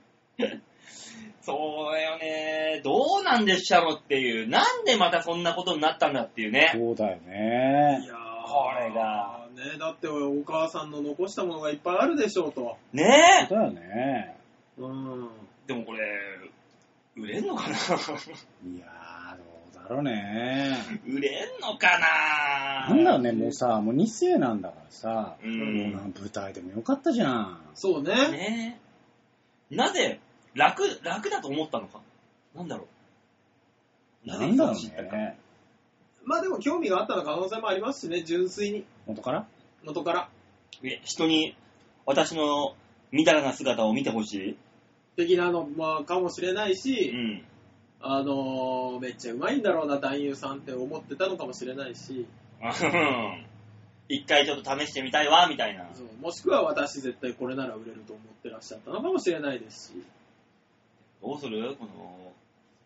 B: そうだよね。どうなんでっしゃろっていう。なんでまたそんなことになったんだっていうね。
A: そうだよ
C: い
A: ね。
C: やー
B: これが。
C: ね、だってお母さんの残したものがいっぱいあるでしょうと。
B: ねえ
A: そう。だよね。
C: うん。
B: でもこれ、売れんのかな
A: いやー、どうだろうね。
B: 売れんのかな
A: なんだろうね、もうさ、もう2世なんだからさ、
B: う。
A: もうんなん舞台でもよかったじゃん。
C: そうね。
B: ねえ。なぜ、楽、楽だと思ったのかなんだろう。
A: なんだろう
B: 知ったか
A: ね。
C: まあでも興味があったら可能性もありますしね、純粋に。
A: 元から
C: 元から。
B: いや人に、私のみたいな姿を見てほし
C: 的なの、まあ、かもしれない
B: い。
C: し、
B: うん。
C: あのーめっちゃうまいんだろうな、男優さんって思ってたのかもしれないし、
B: 一回ちょっと試してみたいわ、みたいな。
C: そうもしくは私絶対これなら売れると思ってらっしゃったのかもしれないですし、
B: どうするこの、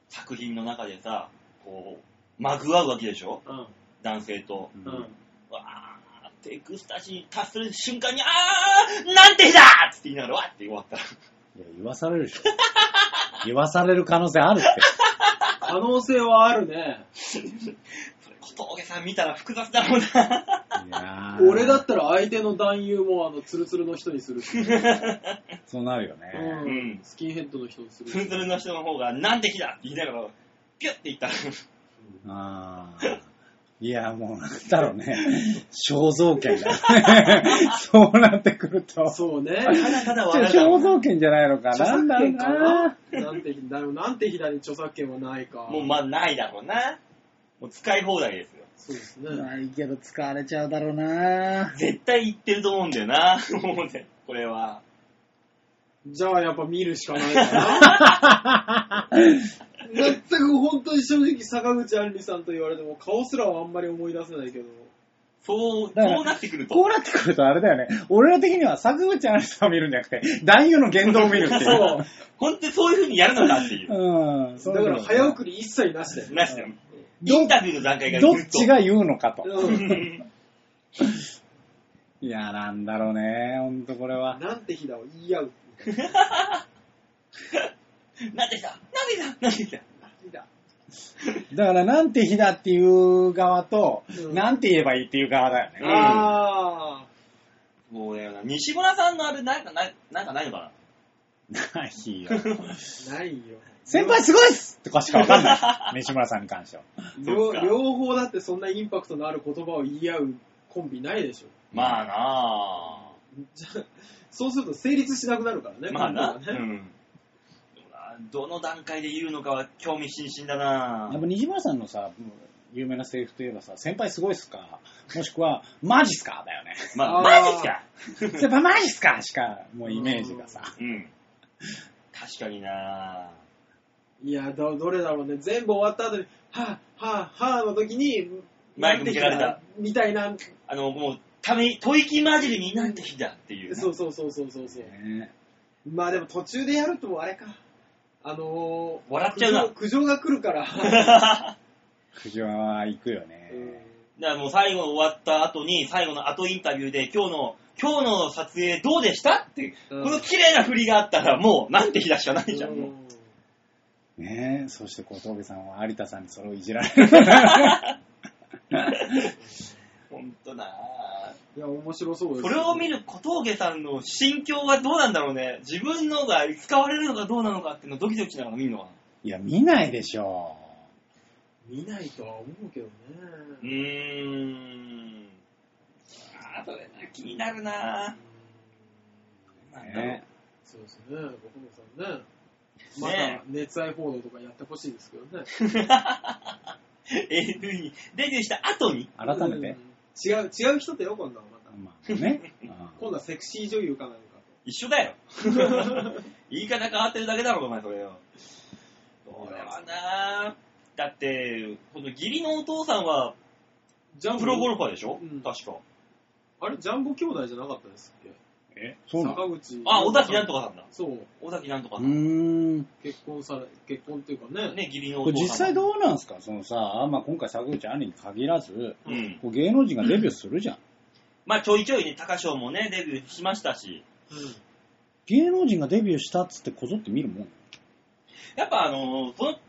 B: 作品の中でさ、こう、まぐわうわけでしょ
C: うん、
B: 男性と。
A: う
C: うんん。
B: わーってエクスタシーに達する瞬間に、あーなんて日だって言いながら、わーって終わった。
A: いや、言わされるでしょ。 言わされる可能性あるって。
C: 可能性はあるね。
B: それ小峠さん見たら複雑だろうな。
A: いやー
C: 俺だったら相手の男優もあのツルツルの人にするし、
A: そうなるよ
C: う
A: ね。
B: うん
C: ん、スキンヘッドの人にする
B: ツン
C: し
B: ツルの人の方が、なんて日だって言いながら、ピュッていったら、
A: あーいや、もうなんだろうね。肖像権だ ね。そうなってくると。
C: そうね。
B: ただただ笑うだろ
A: 肖
B: うな。
A: 像権じゃないのか。
C: 著
A: なん
C: 作
A: だろう
C: 権かな
A: な。
C: なんて、だよなんて左に著作権はないか。
B: もうまあないだろうな。もう使い放題ですよ。
C: そうですね。
A: ないけど使われちゃうだろうな。
B: 絶対言ってると思うんだよな。 もうね、これは。
C: じゃあやっぱ見るしかないかな。 全く本当に正直坂口あんりさんと言われても顔すらはあんまり思い出せないけど。
B: そう、
A: だから
B: そうなってくると。
A: こうなってくるとあれだよね。俺ら的には作物アナリストを見るんじゃなくて、男優の言動を見るっていう。
C: そう。
B: 本当にそういう風にやるのかっていう。
A: うん。そう
C: だか
A: いうの
C: ら早送り一切なしだよ。
B: なしだよ。
A: ど
B: インタビューの段階が
A: ど
B: ず
A: っちが言うのかと。
C: うん。
A: いや、なんだろうね。ほんとこれは。
C: なんて日だを言い合う。
B: なんできたなんできたなんできた
C: 日だ
A: だから、なんて日だっていう側と、
C: うん
A: なんて言えばいいっていう側だよね。
C: あ
B: もうだよな。西村さんのあれ、なんかない、なんかないのか
A: ないよ。
C: あ、ないよ。
A: 先輩すごいっすとかしかわかんない。西村さんに関しては。
B: そっ
C: 両
B: か
C: 両方だってそんなインパクトのある言葉を言い合うコンビないでしょ。
B: なまあな
C: じゃあそうすると成立しなくなるからね。
B: ぁ。まあな。
C: コ
B: うん。
C: ンビはね
B: でもなどの段階で言うのかは興味津々だな
A: やっぱ西村さんのさ、有名なセリフといえばさ、先輩すごいっすかもしくは、マジっすかだ よね。
B: まあ、
C: あ
B: マ
C: ー
B: ジっすか
A: 先輩マジっすかしか、もうイメージがさ。
B: うん。確かになぁ。
C: いやど、どれだろうね。全部終わった後に、はぁ、はぁ、はぁの時に、
B: マイク向けられた
C: なんて日だ。みたいな。
B: あの、もう、ため、吐息混じりになんて日だっていうな。
C: そうそうそうそうそうそう。
A: ね
C: まあでも途中でやるともうあれか。あのー、
B: 笑っちゃうな
C: 苦情苦情が来るから。
A: 苦情は行くよね。
B: だからもう最後終わった後に、最後の後インタビューで、今日の、今日の撮影どうでしたって、
C: うん
B: この綺麗な振りがあったら、もう、なんて日だしかないじゃん、
C: う
B: もうん
A: ねえ、そして小峠さんは有田さんにそれをいじられる。
B: ほんとなぁ。
C: いや、面白そうです。
B: これを見る小峠さんの心境はどうなんだろうね。自分のが使われるのかどうなのかっていうのをドキドキしながら見るのかな。
A: いや、見ないでしょ
C: 見ないとは思うけどね。
B: うーん。あーそれな、気になるなぁ。
A: う。
B: なんだろう
A: ね
C: そうですね、ご本人さんね。また
B: ね
C: 熱愛報道とかやってほしいですけどね。
B: AV にデビューした後に。
A: 改めて。
C: うん違う、違う人だよ、今度はまた。
A: まあ ね。うん
C: 今度はセクシー女優かなんか
B: 一緒だよ。 言い方変わってるだけだろ、お前、それよ。そうだよなだって、この義理のお父さんは、
C: と。ジャンボ
B: プロゴルファーでしょ、
C: うん
B: 確か。
C: あれ、ジャンボ兄弟じゃなかったですっけ
A: え、そうなの
C: 坂口。
B: あ、尾崎なんとかさんだ。
C: そう、
B: 尾崎なんとか
A: う
B: さん。ね、
A: ーん。
C: 結婚され、結婚っていうかね。
B: 義理の
A: こ
B: お
A: れ
B: 父さん。
A: 実際どうなんすかそのさ、まあ今回坂口兄に限らず、
B: うん。
A: こう芸能人がデビューするじゃん。
B: まあ、ちょいちょいね、高翔もね、デビューしましたし、
C: う
A: 芸能人がデビューしたっつってこぞって見るもん。
B: やっぱあのーその
C: ん。フ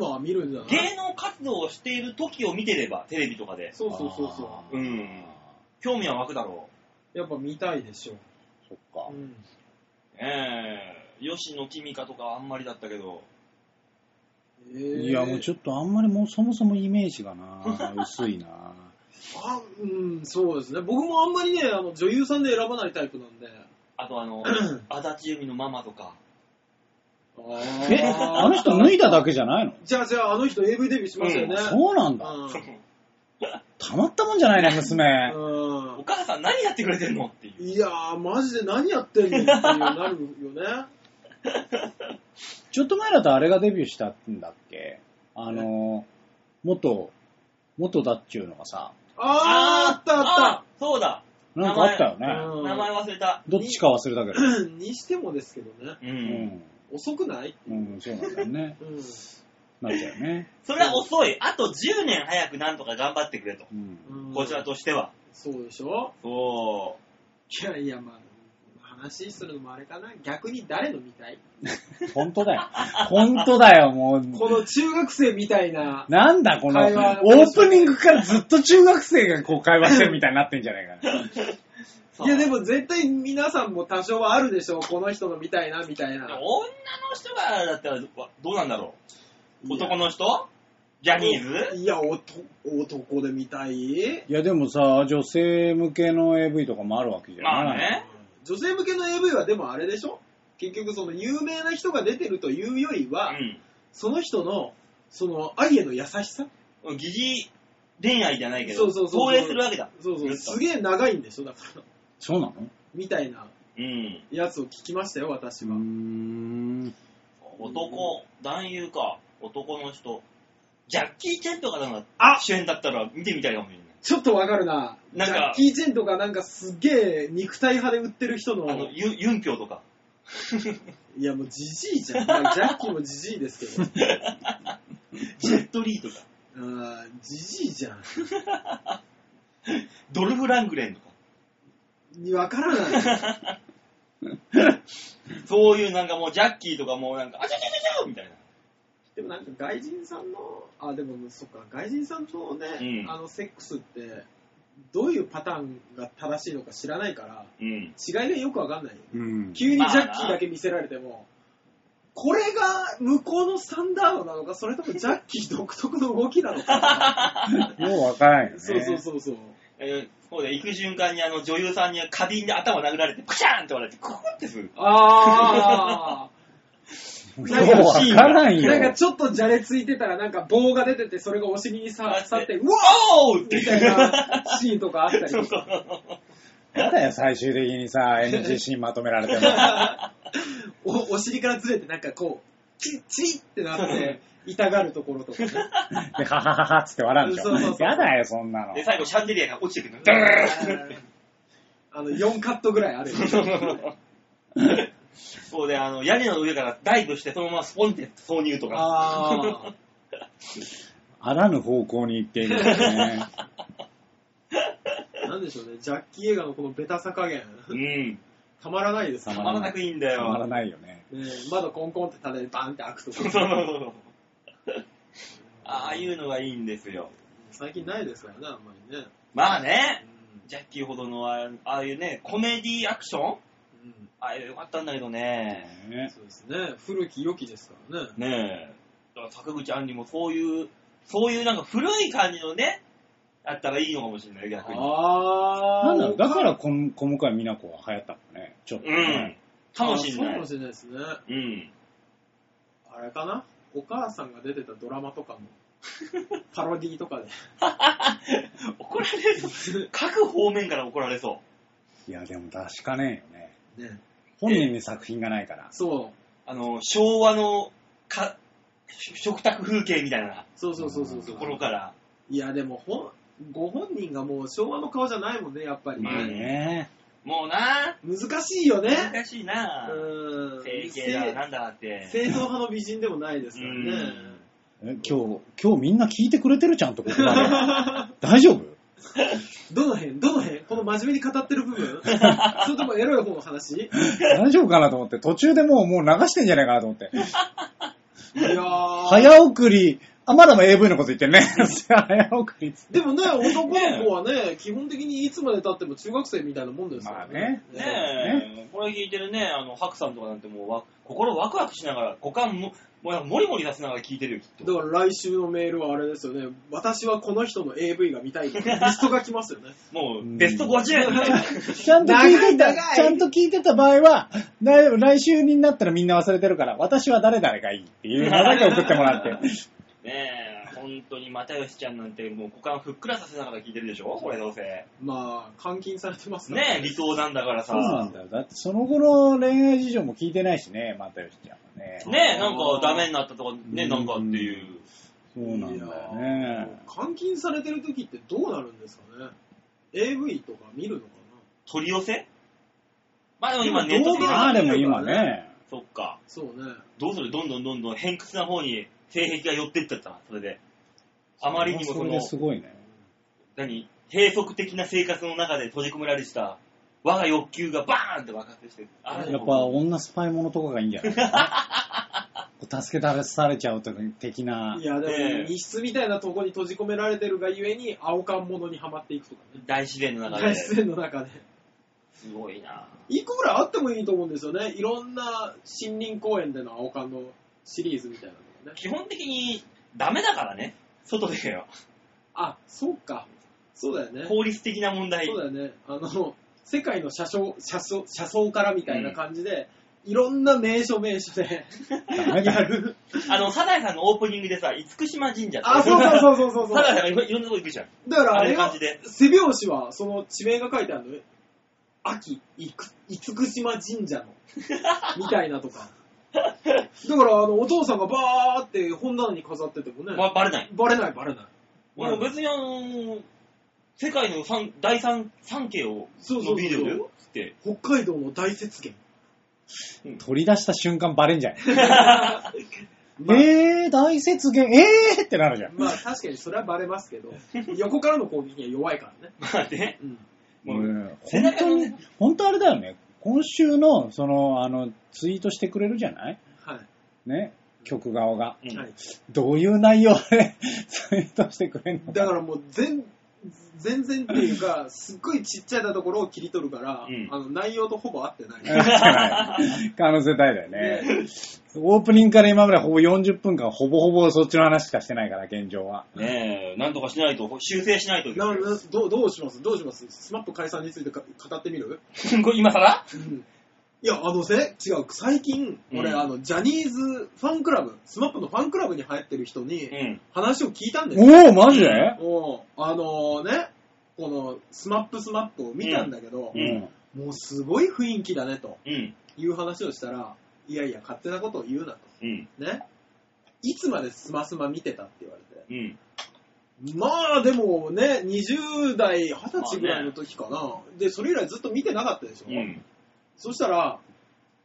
C: ァンは見るんじゃない
B: 芸能活動をしている時を見てれば、テレビとかで。
C: そうそうそうそ
A: あー
B: うん。興味は湧くだろ
C: う。やっぱ見たいでしょう。
A: そっか。
C: うん。
B: う。ええ吉野君香とかはあんまりだったけど、
C: えー
A: いや、もうちょっとあんまりもうそもそもイメージがな、薄 いな。
C: あうん、そうですね。僕もあんまりね、あの女優さんで選ばないタイプなんで。
B: あとあの、足立由美のママとか。
A: え、あの人脱いだだけじゃないの
C: じゃあ、じゃあ、あの人 AV デビューしましたよね。
A: そうなんだ。
C: うん
A: たまったもんじゃないね、娘。
C: うん
B: お母さん何やってくれてんのっていう。
C: いやー、マジで何やってんのっていうなるよね。
A: ちょっと前だとあれがデビューしたんだっけあの、元、元だっちゅうのがさ、
C: あー、あったあっ
B: あそうだ。
A: なんかあったよ
C: 名前
A: ね。
C: うん
B: 名前忘れた。
A: どっちか忘れたけど。
C: た。にしてもですけどね、
B: う。
A: うんん。
C: 遅くない
A: うん、そうなんだよね。
C: うん。
A: なっちゃうよね。
B: それは遅い。あと10年早くなんとか頑張ってくれと。
A: うん。
C: うん
B: こちら。としては。
C: そうでしょ
B: そ
C: いやいや、まあ、話するのもあれかな。逆に誰のみたい
A: 本当 だよ。本当だよ、も
C: こ
A: う。
C: の中学生みたいな。
A: なんだ、この、
C: 会話
A: オープニングからずっと中学生がこう会話してるみたいになってんじゃないかな。
B: う。
C: いや、で
B: も、
C: も絶対皆さんも多少はあるでしょう。この人のみたいな、みたいな。
B: 女の人が、だったら、わどうなんだろ。
C: いうや
B: 男の人ジャニーズ
C: いや、おと男でみたい
A: いや、でもさ、女性向けの AV とかもあるわけじゃない。
B: まあね。
C: 女性向けの AV はでもあれでしょ結局その有名な人が出てるというよりは、その人の、その愛への優しさ
B: うん。疑似恋愛じゃないけ
C: そ
B: ど、
C: うそうそう
B: 投影するわけだ。
C: そうそ
B: 言
C: う、
B: った
C: すげえ長いんでしょだから。
A: そうなのう
C: みたいな
B: うん。
C: やつを聞きましたよ、私
A: ー
C: は。
A: ん。
B: 男、男優か、男の人。ジャッキー・チェンとかなんか、
C: あ
B: 主演だったら見てみたいかもしれない。
C: ちょっとわかるな。
B: なんか
C: ジャッキー・チェンとかなんかすげえ肉体派で売ってる人の、
B: あの、ユユンピョウとか。
C: いやもうジジイじゃん。まあジャッキーもジジイで すけど。
B: ジェットリーとか。
C: あージジイじゃん。
B: ドルフ・ラングレンとか。
C: にわからない。
B: そういうなんかもうジャッキーとかもうなんか、あちゃちゃちゃちゃみたいな。
C: でもなんか外人さんの、あ、でもそっか、外人さんとね、
B: うん
C: あのセックスって、どういうパターンが正しいのか知らないから、
B: うん。
C: 違いがよくわかんないよ。
A: うん。
C: 急にジャッキーだけ見せられても、これが向こうのスタンダードなのか、それともジャッキー独特の動きな のか。
A: ようわからんよね。
C: そうそうそうそう。
B: えーそうで、行く瞬間にあの女優さんに花瓶で頭殴られて、パシャーンって割れて、コーンってする。
C: あ
A: ようわからん
C: ー。
A: よ。
C: なんかちょっとじゃれついてたら、なんか棒が出てて、それがお尻にさ刺さって、うわ
B: おーっ
C: ー
B: て
C: みたいなシーンとかあったり
B: そ
C: と
B: うそ
C: か。
B: う。
A: やだよ、最終的にさ、NGC まとめられても。
C: おお尻からずれて、なんかこう、チリッチリッってなって、痛がるところ とかね。
A: で、ははははっつって笑うんでしょ。
C: そうそうそう
A: やだよ、そんなの
B: で、。最後シャンデリアが落ちてくる。
C: あの、4カットぐらいあるよね。
B: そうで、あの、屋根の上からダイブして、そのままスポンって挿入とか。
C: あー。
A: あらぬ方向に行っているよね。
C: なんでしょうね、ジャッキー映画のこのベタさ加減、
B: うん。
C: たまらないです
B: た
A: た
C: ね
A: ま
B: まらなくいいんだ
A: たまら
B: よ。
A: ないよね。
C: え窓コンコンって叩いてバンって開くと
B: そうそう
C: か、
B: そう。 ああいうのがいいんですよ。
C: 最近ないですからね、あんまりね。
B: まあね、
C: う
B: ジャッキーほどのあああいうね、コメディアクション
C: んうん
B: ああいうのよかったんだけどね。
A: ね
C: そうですね、古き良きですからね。
B: ねえ。だから坂口杏里もそういう、そういうなんか古い感じのね、あったらいいのかもしれない、逆に。
C: あー。
A: なんだろう、だからこん小向井美奈子は流行ったのね。ちょっと
B: うん
A: ね。。
B: かもしれな
C: あそうか
B: い
C: も。しれないですね。
B: うん。
C: あれかなお母さんが出てたドラマと かの、パロディーとかで。
B: 怒られそう。各方面から怒られそう。
A: いや、でも確かねえよね。
C: ね、
A: 本人に作品がないから。
C: そう。
B: あの、昭和のか食卓風景みたいな
C: そうそうそうそうそ
B: と
C: う。
B: ころから。
C: いや、でもほん、ご本人がもう昭和の顔じゃないもんね、やっぱりね。
B: まあ
A: ね
B: もうな、
C: 難しいよね。
B: 難しいな。
C: うん。
B: 整形だ、なんだって。
C: 正統派の美人でもないですからね。
A: ええ今日、今日みんな聞いてくれてるちゃんとここまで。大丈夫
C: どの辺どの辺この真面目に語ってる部 分それともエロい方の話 い
A: 大丈夫かなと思って、途中でもうもう流してんじゃないかなと思って。
C: やー。
A: 早送り、あ、まだも AV のこと言ってるね。 早送りっつって
C: でもね、男の子はね、基本的にいつまで経っても中学生みたいなもんですよね。
A: まあね
B: ねえ、これ聞いてるね、あの、白さんとかなんてもうわ、心ワクワクしながら、股間も、もうもりもり出しながら聞いてるよ、きっ
C: だ
B: と。
C: から来週のメールはあれですよね。私はこの人の AV が見たいからリストが来ますよね。
B: も
A: うん
B: う、ベスト 50! みたいな
A: ちゃんと聞いて
C: 長い
A: た、
C: 長い
A: ちゃんと聞いてた場合は、だいぶ来週になったらみんな忘れてるから、私は誰々がいいっていうのだけ送ってもらって。
B: ねえ、こん本当に又吉ちゃんなんてもう股間ふっくらさせながら聞いてるでしょこれどうせ。ね
C: まあ、監禁されてますから
B: え、離島なんだからさ。
A: そうなんだよ。だってその後の恋愛事情も聞いてないしね、またよしちゃんはね。
B: ねえ、なんかダメになったとか、ね
A: うん
B: なんかっていう。
A: そうなんだよね。
C: 監禁されてる時ってどうなるんですかね ?AV とか見るのかな
B: 取り寄せまあでも今ネット
C: 動
B: で
C: 画
A: まあでも今ね、
B: そっか。
C: そうね。。
B: どうするどんどんどんどん偏屈な方に性癖が寄ってっちゃったな、それで。あまりにもその
A: れで、すごいね。
B: 何閉塞的な生活の中で閉じ込められてた、我が欲求がバーンって爆発して、あ
A: やっぱ女スパイものとかがいいんじゃないですか助け出されちゃうと的ない
C: や、でも、
B: ええ
C: 密室みたいなとこに閉じ込められてるがゆえに、青缶物にはまっていくとかね。
B: 大自然の中
C: 大
B: で。
C: 自
B: す
C: 然の中で。
B: ごいな
C: 一個ぐらいあってもいいと思うんですよね。いろんな森林公園での青缶のシリーズみたいなのがね。
B: 基本的にダメだからね。外で よ。
C: あ、そうか。そうだよね。
B: 法律的な問題
C: そう。だよね。あの、世界の車窓、車窓、車窓からみたいな感じで、いろんな名所名所 で
A: ダメだ
C: やる。
B: あの、サザエさんのオープニングでさ、厳島神社って
C: あ、そうそうそうそうそう そう。
B: サザエさんがいろんなとこ行くじゃん。
C: だからあ
B: あれ
C: れ
B: 感
C: は
B: じで、
C: 背拍子は、その地名が書いてあるの秋、いく、厳島 神社の、みたいなとか。だから、あの、お父さんがバーって本棚に飾っててもね、
B: まバレない。
C: バレないバレない。
B: 俺も別にあの世界の三第三三景を
C: そ
B: の
C: うそうそう
B: ビデオよつって。
C: 北海道の大雪原。
A: 取り出した瞬間バレ んじゃん。えー、大雪原、えーってなるじゃん。
C: まあ、確かにそれはバレますけ ど、横からの攻撃には弱いからね。
B: まあね。
C: うん。
B: もう
A: うん
B: 背
A: 本
B: 中
A: 当
B: の
A: に
B: ね、
A: 本当あれだよね。今週の、その、あの、ツイートしてくれるじゃない
C: はい。
A: ね。曲側が。
B: うん
C: はい、
A: どういう内容で ツイートしてくれ んの
C: だからもう全、全然っていうか、すっごいちっちゃいなところを切り取るから、
B: うん
C: あの内容とほぼ合ってない。
A: 可能性大だよね。オープニングから今までほぼ40分間、ほぼほぼそっちの話しかしてないから、現状は。
B: ねえ、なんとかしないと、修正しないと。
C: ななどうどうしますどうしますスマップ解散についてか語ってみる、
B: こ れ今更
C: いや、あのね、違う、最近、俺、
B: うん
C: あの、ジャニーズファンクラブ、スマップのファンクラブに入ってる人に
B: うん。
C: 話を聞いたんですよ。
A: おおマジで
C: おうあのね、この、スマップスマップを見たんだけど、
B: うん
C: もうすごい雰囲気だね、と
B: うん。
C: いう話をしたら、いやいや、勝手なことを言うな
B: うん。
C: と。ね。いつまでスマスマ見てたって言われて。
B: うん。
C: まあでもね、20代、20歳ぐらいの時かな、で、それ以来ずっと見てなかったでしょ。
B: うん。
C: そしたら、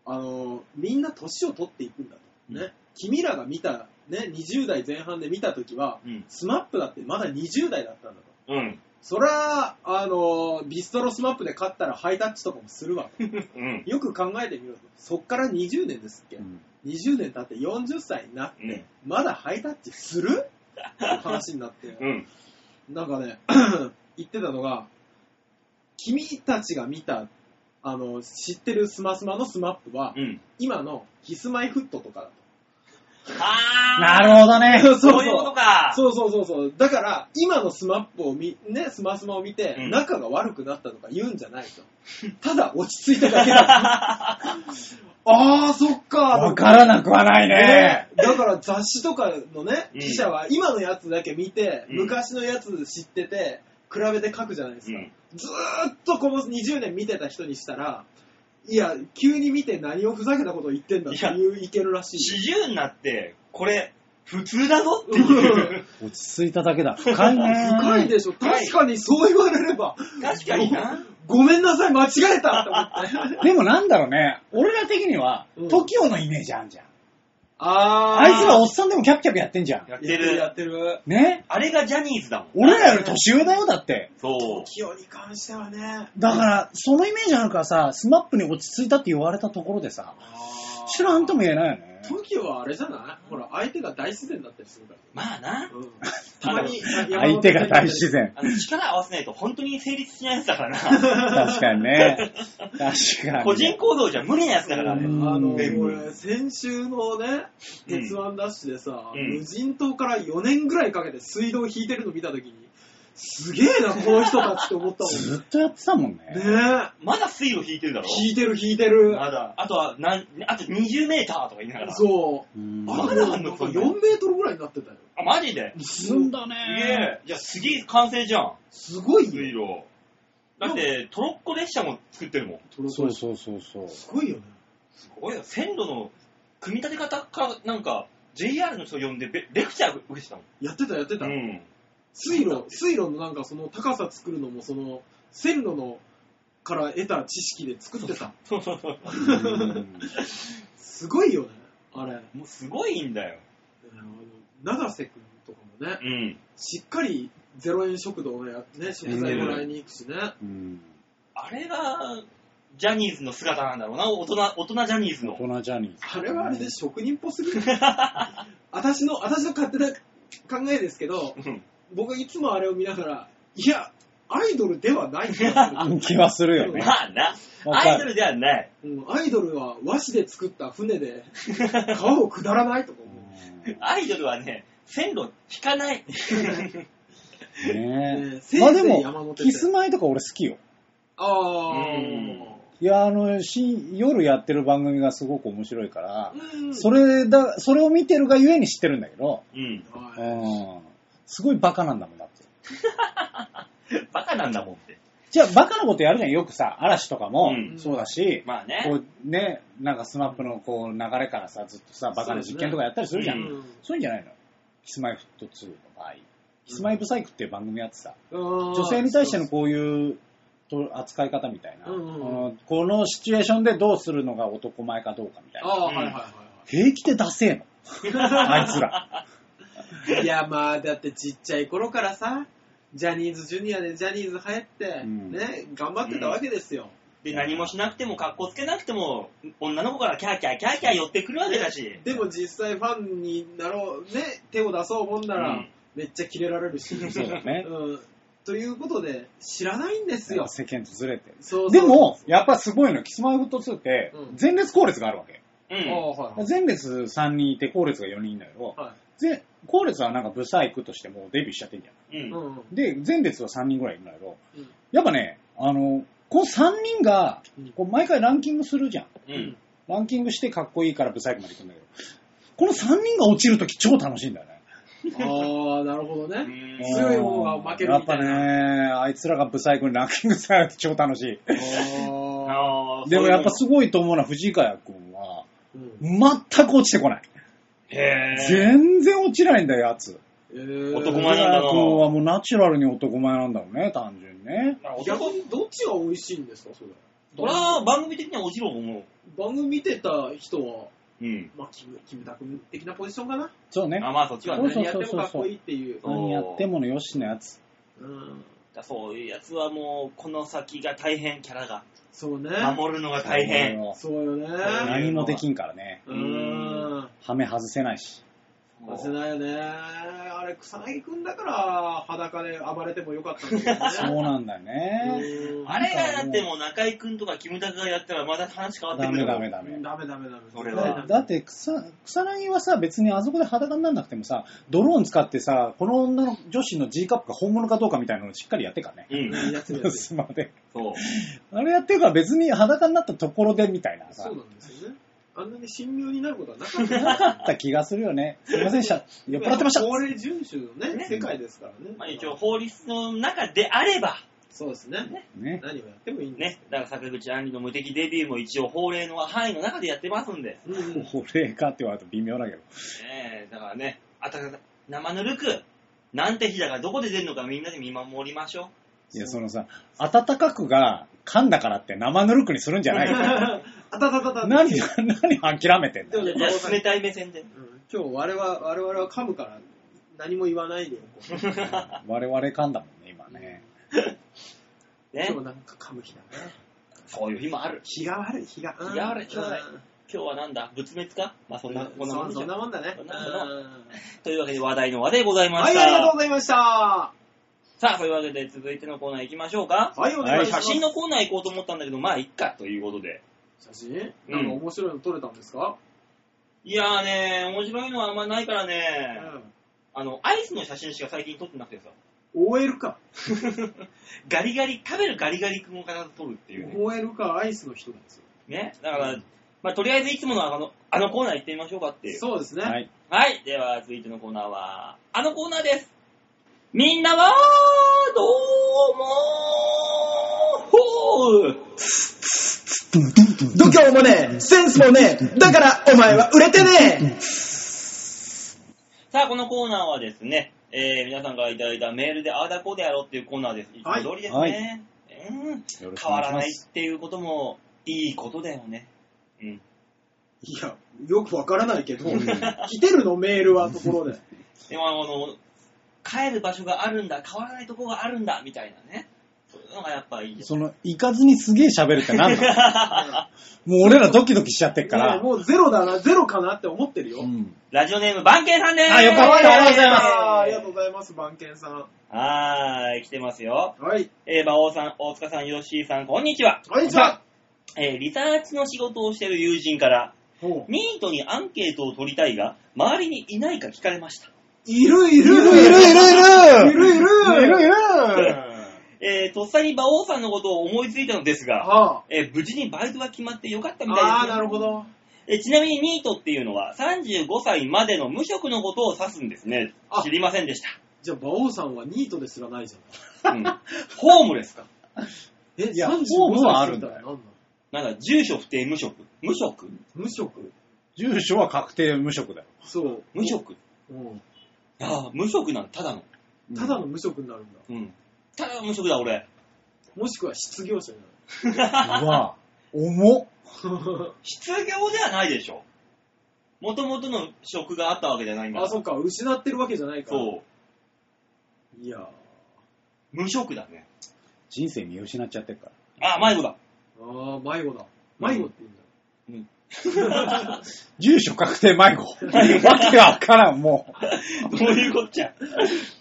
C: あの、みんな年を取っていくんだと。ね。
B: う
C: 君らが見た、ね、20代前半で見た時は、
B: うん。
C: スマップだってまだ20代だったんだと。
B: うん。
C: そら、あの、ビストロスマップで勝ったらハイタッチとかもする わ。
B: うん。
C: よく考えてみろと。そっから20年ですっけ、
A: うん。
C: ?20 年経って40歳になって、
B: うん
C: まだハイタッチするって話になって。
B: うん。
C: なんかね、 言ってたのが、君たちが見た、あの、知ってるスマスマのスマップは、
B: うん。
C: 今のキスマイフットとかだと。
B: あー。
A: なるほどね。
C: そう
B: そういうことか。
C: そうそうそうそう。だから、今のスマップを見、ね、スマスマを見て、
B: うん
C: 仲が悪くなったとか言うんじゃないと。ただ落ち着いただけだ。 あー、そっか
A: わからなくはないね。
C: ねだから雑誌とかのね、
B: うん
C: 記者は今のやつだけ見て、
B: うん
C: 昔のやつ知ってて、比べて書くじゃないです
B: う
C: か。
B: ん。
C: ずーっとこの20年見てた人にしたら、いや、急に見て何をふざけたことを言ってんだっていう意見らしい。
B: 40になって、これ、普通だぞっていう。
A: 落ち着いただけだ。深いね。
C: 深いでしょ。
B: 深い
C: 確かにそう言われれば、
B: 確かにな。
C: ごめんなさい、間違えたと思って。
A: でもなんだろうね。俺ら的には、
C: うん
A: TOKIO のイメージあんじゃん。
C: あー。
A: あいつらおっさんでもキャピキャピやってんじゃん。
B: やって
C: やってるや
B: る。
C: ってる。
A: ね
B: あれがジャニーズだもん。
A: 俺らより年上だよ、だって。
B: そう。
C: キヨに関してはね。
A: だから、そのイメージあるからさ、スマップに落ち着いたって言われたところでさ、それはあんとも言えないよね。
C: TOKIO はあれじゃないほら、相手が大自然だったりするから。
B: まあな。
C: うんたまに、
A: 相手が大自。然。
B: あの力合わせないと本当に成立しないやつだからな。
A: 確かにね。確かに。
B: 個人行動じゃ無理なやつだから
C: あ
A: う
B: ね。
A: ん
C: の、
A: 全
B: 部
C: 俺、先週のね、鉄腕ダッシュでさ、
B: うん
C: 無人島から4年ぐらいかけて水道を引いてるの見たときに、すげえな、この人たちって思ったも
A: ずっとやってたもんね。
C: ん。ねえ。
B: まだ水路引いてるだろ
C: 引いてる引いてる。
B: まだ。あとは、なん、あと20メーターとか言いながら。
C: そうう。
A: ん
B: まだあんの
C: なんか4メートルぐらいになってたよ。
B: あ、マジで。
A: 進んだ
B: す
A: ね。
B: げえ。いや、すげえ完成じゃん。
C: すごい
B: 水路。
C: よ。
B: だって、トロッコ列車も作ってるもん。
C: トロト
A: そ
C: ロ
A: うそうそうそう。
C: すごいよね。
B: すごいよ。線路の組み立て方か、なんか、JR の人呼んでべレクチャー受けてたもん。
C: やってたやってた。
B: ん。
C: 水路、水路のなんかその高さ作るのも、その線路のから得た知識で作ってた。
B: そうそうそう。
A: うん
C: すごいよね、あれ。
B: もうすごいんだよ。
C: あの長瀬くんとかもね、
B: うん。し
C: しっかり0円食堂をやってね、食材もらいに行くしね。
A: うん。
B: あれが、ジャニーズの姿なんだろうな。大人、大人ジャニーズ
A: 大
B: の。
A: 人ジャニーズ。
C: あれはあれで職人っぽすぎる。私の、私の勝手な考えですけど、
B: うん
C: 僕いつもあれを見ながら、いや、アイドルではないんだ、
A: 気はするよね。
B: まあな。
A: わ
B: ア
A: か
B: イド
A: る。
B: ルではない。
C: うんアイドルは和紙で作った船で川を下らないとか思う。
B: アイドルはね、線路引かない。
A: ね
C: ね
A: え。
C: え
A: まあで
C: せいぜい山
A: も、
C: 手線
A: キスマイとか俺好きよ。
C: ああ、
A: いや、あの、し夜やってる番組がすごく面白いから、
C: うん
A: それだ、それを見てるがゆえに知ってるんだけど、
B: うん。
A: う
C: は
A: ん。すごいバカなんだもんだって。
B: バカなんだもんって。
A: じゃあ、バカなことやるじゃん。よくさ、嵐とかも
B: うん
A: そうだし、
B: まあね。
A: こうね、なんかスマップのこう流れからさ、ずっとさ、バカな実験とかやったりするじゃん。
B: う
A: そう,、
B: ん
A: いうんじゃないのキスマイフット2の場合。キスマイブサイクっていう番組やってさ、
C: い女
A: 女性に対してのこういうと扱い方みたいな、
C: うんうんうん
A: このこのシチュエーションでどうするのが男前かどうかみたい
C: あ
A: な。
C: あ、はい
B: うん
C: はいはいは
A: 平気で出せえ の。あいつら。
C: い。いや、まあ、だってちっちゃい頃からさ、ジャニーズジュニアでジャニーズ流行って、
A: うん
C: ね、頑張ってたわけですよ。
B: で、何もしなくても、格好つけなくても、女の子からキャーキャーキャーキャー寄ってくるわけだし。
C: でも実際ファンになろう、ね、手を出そうもんなら、
B: うん
C: めっちゃキレられるし。
A: そうだね。
C: うんということで、知らないんですよ。
A: 世間とずれてる。
C: そうそう
A: でも、やっぱすごいの、キスマイフット2って
C: うん、
A: 前列後列があるわけ。
B: う
C: ああ、
B: ん。
C: はい
A: 前列3人いて、後列が4人いんだけど、
C: は
A: 前後列はなんかブサイクとしてもうデビューしちゃってんじゃん。
B: う
C: い。
B: ん。
C: うん
A: で、前列は3人ぐらいいるんだけど、
C: うん
A: やっぱね、あの、この3人が
C: うん、
A: こう毎回ランキングするじゃん。
B: うん。
A: ランキングしてかっこいいからブサイクまで行くんだけど、この3人が落ちるとき超楽しいんだよね。
C: ああ、なるほどね。
B: うん
C: 強い方が負けるみたいな
A: やっぱね、あいつらがブサイクにランキングされると超楽しい。
C: ああ、
B: あー
A: でもやっぱ
B: そ
A: すごいと思うのは藤ヶ谷くんは、
C: うん
A: 全く落ちてこない。
B: ういうのへ
A: 全然落ちないんだよ、やつ。
C: えー
B: 男前
A: 藤ヶ
B: なんだな
A: 谷くんはもうナチュラルに男前なんだろうね、単純にね。
B: ぇ
C: 逆
B: 男、
C: にどっちが美味しいんですか、それ。
B: 俺は番組的には落ちろと思う。
C: 番組見てた人は、
B: うん。
C: まあ、キムキムタク的なポジションかな。
A: そうね。
B: あ、まあそっちは
A: そう
B: ね。
A: そう
C: 何やってもかっこいいっていう。
B: そう
A: 何やってものよしのやつ。
C: うん、
B: そういうやつはもう、この先が大変、キャラが。
C: そうね。
B: 守るのが大変。
C: そうよね。
A: 何もできんからね。
C: うん。
A: ハメ外せないし。
C: 忘せないよね。あれ、草薙くんだから裸で暴れてもよかったんだけ
A: そう
C: どね。
A: なんだよね。
C: うん
B: あれがだってもう中井くんとかキムタクがやったらまた話変わって
A: ダ
B: くるよ
A: メダメダメ。
C: ダメダメダメ。
B: それは
A: だだって草、草薙はさ、別にあそこで裸にならなくてもさ、ドローン使ってさ、この女の女子の G カップが本物かどうかみたいなのをしっかりやってからね。
B: うん。
C: いいや つだよね
A: スマで。
B: そう。
A: あれやってるから別に裸になったところでみたいなさ
C: そう、なんですよね。あんなに神妙になることはなかった。
A: なかった気がするよね。すいませんでした。酔っ払ってました。
C: 法令遵守のね、
B: ね
C: 世界ですからね。
B: まあ一応法律の中であれば、
C: そうですね。
A: ね。
C: 何をやってもいいんです
B: ね。だから坂口杏里の無敵デビューも一応法令の範囲の中でやってますんで。
C: うんうん
A: お礼かって言われると微妙だけど。
B: ねえ、だからね、あたか生ぬるく、なんて日だからどこで出るのかみんなで見守りましょ
A: いや、そのさ、暖かくが噛んだからって生ぬるくにするんじゃないよ。
C: あたたたた。
A: 何、何諦めてんだ
C: でも
A: よ。
B: う。
C: ね
B: いや、冷たい目線で。
C: うん今日我々は、我々は噛むから何も言わないでよ。こう
A: 我々噛んだもんね、今ね。
B: ね
C: 今日なんか噛む気だね。
B: そういう日もある。
C: 気が悪い、気が。
B: 気が悪い気が悪い
C: う
B: 今
C: ん
B: 日はなんだ仏滅かまあそんな、こんなもんでしょ
C: そんなもんだね。
B: そんなもんだ
C: うん
B: というわけで話題の話でございま
C: は
B: し
C: い、
B: た。
C: ありがとうございました。は
B: さあ、というわけで続いてのコーナー行きましょうか。
C: い、お願いしま
B: 写
C: す。
B: 真のコーナー行こうと思ったんだけど、まあ、いっか、ということで。
C: 写真なんか面白いの撮れたんですか
B: いやーね面白いのはあんまないから
C: う
B: ね、
C: ん
B: あの、アイスの写真しか最近撮ってなくてさ。
C: OL か。
B: ガリガリ、食べるガリガリ君を必ず取るっていうね。
C: OL か、アイスの人なんですよ。
B: ね。だから、まあ、とりあえずいつものあの、あのコーナー行ってみましょうかっていう。
C: そうですね。
A: は
C: はい。
A: い。
B: はい。では、続いてのコーナーは、あのコーナーです。みんなは、どうもーほー
C: 度胸もねえ、センスもねえ、だからお前は売れてね
B: さあ、このコーナーはですね、えー、皆さんからいただいたメールでああだこうでやろうっていうコーナーです。いつも
C: はい
B: 通りですね。うん。
A: よろしく
B: 変
A: お
B: わらな
A: 願いしま
B: い
A: す。
B: っていうことも、いいことだよね。うん。
C: えいや、よくわからないけど、来てるのメールはところで。
B: でも、あの、帰る場所があるんだ、変わらないとこがあるんだ、みたいなね。そういうのがやっぱいいです。
A: その、行かずにすげえ喋るってなんだ もう俺らドキドキしちゃってっか
C: いや
A: ら。
C: もうゼロだな、ゼロかなって思ってるよ。
A: うん。
B: ラジオネーム、バンケンさんです
A: あよかったありがとうございます
C: ありがとうございます、番犬さん。
B: はーい、来てますよ。
C: はい。
B: えー、馬王さん、大塚さん、ヨッシーさん、こんにちは。
C: こんにちは。
B: えー、リサーチの仕事をしている友人から、
C: ほう
B: ニートにアンケートを取りたいが、周りにいないか聞かれました。
C: いるい
A: いるいるい
C: る
A: るいる
C: いるいる
A: いるいる
B: えー、とっさに馬王さんのことを思いついたのですが、
C: はあ。
B: えー無事にバイトが決まってよかったみたいです、
C: ああ、なるほ。ど。
B: えーちなみにニートっていうのは、35歳までの無職のことを指すんですね
C: あ。
B: 知りませんでし
C: じゃあ、馬王さんはニートですらないじ
B: た。うん、ホームレスか。
C: ゃん。え、
A: いや
C: 35
A: ホームはあ
C: 歳
A: る
C: 過
A: ん
C: ぎ
A: だ
C: た
A: よ
C: ら何なの
B: なんだ、住所不定無職。無職
C: 無職
A: 住所は確定無職だよ。
C: そう。
B: 無職
C: うん。
B: ああ、無職なの、ただの。
C: ただの無職になるんだ。
B: うん。ただの無職だ、俺。
C: もしくは失業者になる。
A: うわ、重っ。
B: 失業ではないでしょ。もともとの職があったわけじゃないんだ
C: あ、そっか、失ってるわけじゃないから。
B: そう。
C: いやー
B: 無職だね。
A: 人生見失っちゃってっから。
B: あ、迷 子だ。
C: あー、迷子だ。迷子って言うんだ。
A: 住所確定 迷子。わけわからん、も
B: どういうこっちゃ。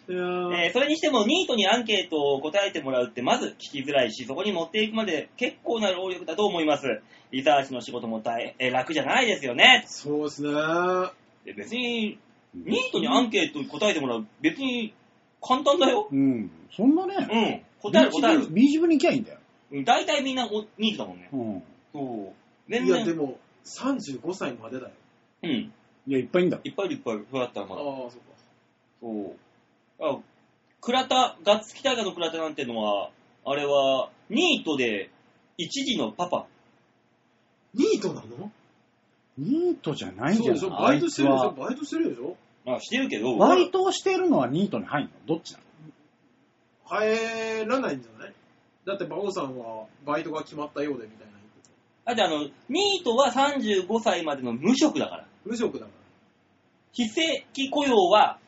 C: いやー
B: えーそれにしても、ニートにアンケートを答えてもらうって、まず聞きづらいし、そこに持っていくまで結構な労力だと思います。リサーチの仕事も大変、えー楽じゃないですよね。
C: そうですね。あ
B: で別に、
A: う。
B: ニートにアンケート答えてもらう、別に簡単だよ。
A: うん。そんなね。
B: うん。答える答える。
A: ビーチ部に行きゃいいんだよ。
B: うん大体みんなおニートだもんね。
A: うん。
B: そう。全
C: いや、で
B: 然。
C: も、35歳までだよ。
B: うん。
A: いや、いっぱいいんだ。
B: いっぱいいるいっぱいいる。そうだったら
C: あ
B: ま
C: あ
B: だ。
C: ー、そっか。
B: そう。あ、倉田、ガッツキ大河の倉田なんてのは、あれは、ニートで、一時のパパ。
C: ニートなの
A: ニートじゃないんじゃ
C: そう
A: な
C: で
A: い
C: しょバイトしてる
A: あい
C: で
A: つ
C: しょ
A: は
C: バイトしてるでしょ
B: まあ、してるけど、
A: バイトをしてるのはニートに入んのどっちなの
C: 入らないんじゃないだって馬王さんはバイトが決まったようでみたいな言ってた
B: だってあの、ニートは35歳までの無職だから。
C: 無職だから
B: 非正規雇用は、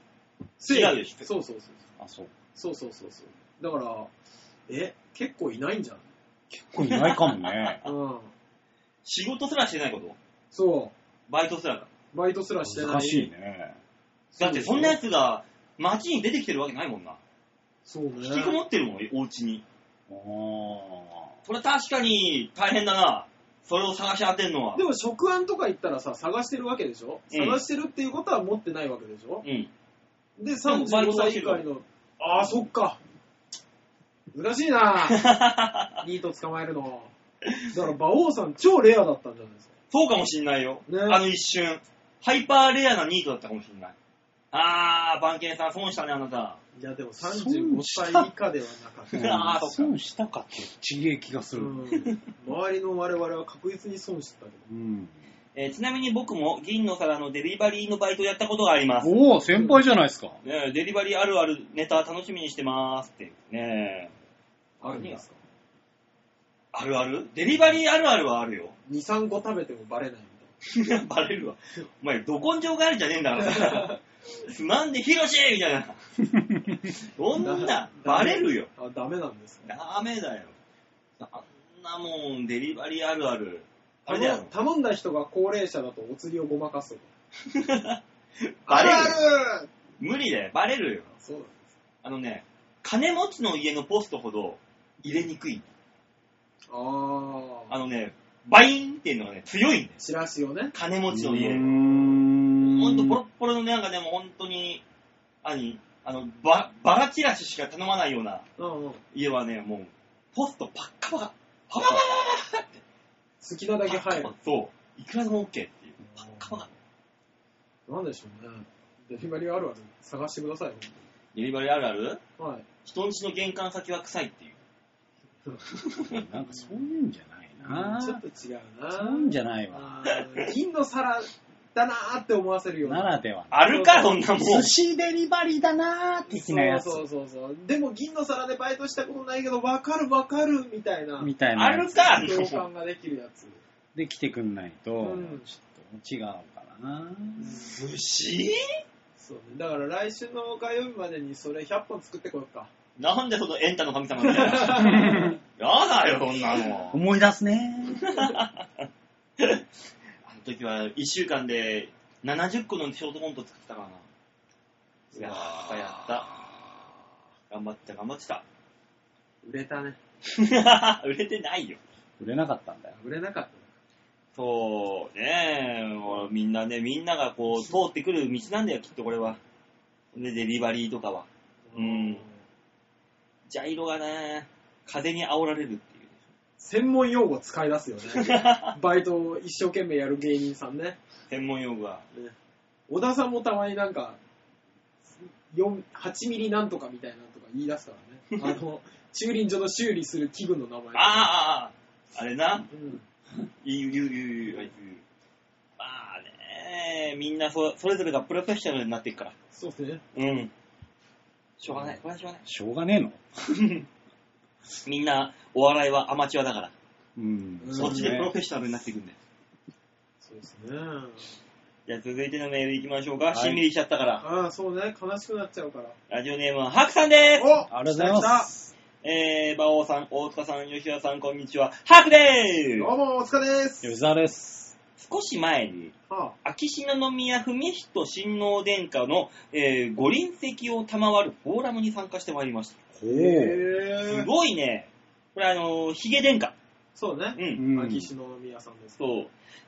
B: 違うでしょ
C: そうそうそう
A: あ、そう。
C: そうそうそうそうだからえ結構いないんじゃない
A: 結構いないかもね。
C: うん
B: 仕事すらしてないこと。
C: そ
B: バイトすらだ。
C: うバイトすらしてない
A: 難しいね。
B: だってそんな奴が、街に出てきてるわけないもんな。
C: そうね
B: 引きこもってるもん、お家に。
A: あ
B: それは確かに、大変だな。それを探し当てんのは
C: で。も職案とか行ったらさ探してるわけでしょ
B: うん
C: 探してるっていうことは持ってないわけでしょ
B: うん。
C: で
B: もバイ
C: 35
B: トは
C: 歳
B: して
C: 以
B: るから
C: 外のああそっか難し いなニート捕まえるのだから馬王さん超レアだったんじゃないですか
B: そうかもしんないよ。
C: ね
B: あの一瞬。ハイパーレアなニートだったかもしんない。あー、番犬さん損したね、あなた。
C: いや、でも
A: 35歳以
C: 下ではなかっ
A: ー
B: あーそっか
A: 損したかって、ちげえ気がする。
C: 周りの我々は確実に損してたけ
A: うん。
B: えーちなみに僕も銀の皿のデリバリーのバイトをやったことがあります。
A: おお、先輩じゃないですか。
B: ねえデリバリーあるあるネタ楽しみにしてますって。ねえ
C: ど。あるんですか
B: あるあるデリバリーあるあるはあるよ。
C: ?2、3個食べてもバレないみた
B: バレるわ。お前、ど根性があるじゃねえんだから さ。つまんで、ヒロシみたいな。そんな、バレるよ。
C: いな。あ、ダメなんですね。
B: ダメだよ。あんなもん、デリバリーあるある。あれだ
C: 頼
B: よ
C: ん。頼んだ人が高齢者だとお釣りをごまかすとか。
B: バレる
C: ある
B: 無理だよ。バレるよ。
C: そうなんで
B: あのね、金持ちの家のポストほど入れにくい。
C: す。あ
B: あ
C: あ。
B: のね、バインっていうのがね、強いんだよ。
C: チラシをね。
B: 金持ちの
A: うー
B: 家。
A: ん
B: ほんと、ポロッポロのね、なんかでもう本当に、あに、あの、ば、バラチラシしか頼まないような
C: うんうん。
B: 家はね、もう、ポストパッカパカ、パパパパパって。
C: 好きなだけ入る。
B: そう。いくらでも OK っていう。パッカパカ。
C: なんでしょうね。デリバリーあるある探してください本
B: デリバリーあるある
C: 当に。はい。
B: 人んちの玄関先は臭いっていう。
A: なんかそういうんじゃないな。
C: ちょ
A: そ
C: っと違うな。
A: ういうんじゃないわ。
C: あー銀の皿だなーって思わせるよう
A: な
C: な。
A: らではの。
B: あるか、そんなもん。
A: 寿司デリバリーだなー的なやつ。
C: そうそうそうそう。でも銀の皿でバイトしたことないけど、わかるわかるみたいな。
A: みたいな
B: あ
A: や
B: る
A: つ
B: か、
C: 共感ができるやつ。
A: で来てくんないと、
C: うん
A: ちょっと違うからな。
B: 寿司
C: そうね。だから来週の火曜日までにそれ100本作ってこようか。
B: なんでそのエンタの神様みたいな。 やだよ、そんなの。
A: 思い出すね。
B: あの時は1週間で70個のショートコント作ってたからな。いややったやった。頑張ってた、頑張って
C: 売れたね。
B: た。 売れてないよ。
A: 売れなかったんだよ。
C: 売れなかった。
B: そう、ねえ、もうみんなね、みんながこう、通ってくる道なんだよ、きっとこれは。で、デリバリーとかは。うんジャイロがね、風に煽られるっていう。
C: 専門用語使い出 すよね。バイトを一生懸命やる芸人さんね。
B: 専門用語は。
C: 小田さんもたまになんか、4 8ミリなんとかみたいなのとか言い出すから ね。あの、駐輪場の修理する器具の名前。
B: あああああれな。
C: うん。
B: 言う、言う、言う、言う、言う。まあね、みんなそそれぞれがプロフェッショナルになっていくから。
C: そうですね。
B: うん。しょうがない。これはしょうがない。
A: しょうがねえの
B: みんな、お笑いはアマチュアだから。
A: うん。
C: うん
B: そっちでプロ
A: ね
B: フェッショナルになっていくんだよ。
C: そうですね。
B: じゃあ続いてのメールいきましょうか。
A: はい
B: しんみりしちゃったから。
C: ああ、そうね。悲しくなっちゃうから。
B: ラジオネームはハクさんです。
A: あり
C: お
A: がとうございます。
B: えー、馬王さん、大塚さん、吉田さん、こんにちは。ハクで
C: ど
B: ー
C: うも、お疲れです。
A: 吉沢です。
B: す少し前に、
C: は
B: 秋篠宮文仁親王殿下の、えーご臨席を賜るフォーラムに参加してまいりました。
A: ほ
C: あ、
A: う。
B: す
C: へえ。
B: ごいね。これあの、ヒゲ殿下。
C: そうね。
B: うん。
A: うん
C: 秋篠宮さんです。
B: そう。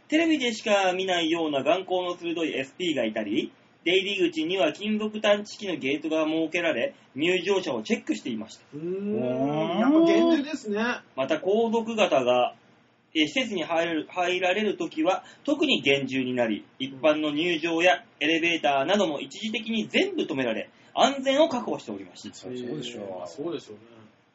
B: テレビでしか見ないような眼光の鋭い SP がいたり、出入り口には金属探知機のゲートが設けられ、入場者をチェックしていました。
C: うーん。
A: おー
C: やっぱ厳重ですね。
B: また、皇族方が、えー施設に入る入られるときは、特に厳重になり、一般の入場やエレベーターなども一時的に全部止められ、安全を確保しておりました。
A: そりゃそうでし
C: えーま
A: ょ
C: あそうでしょうね。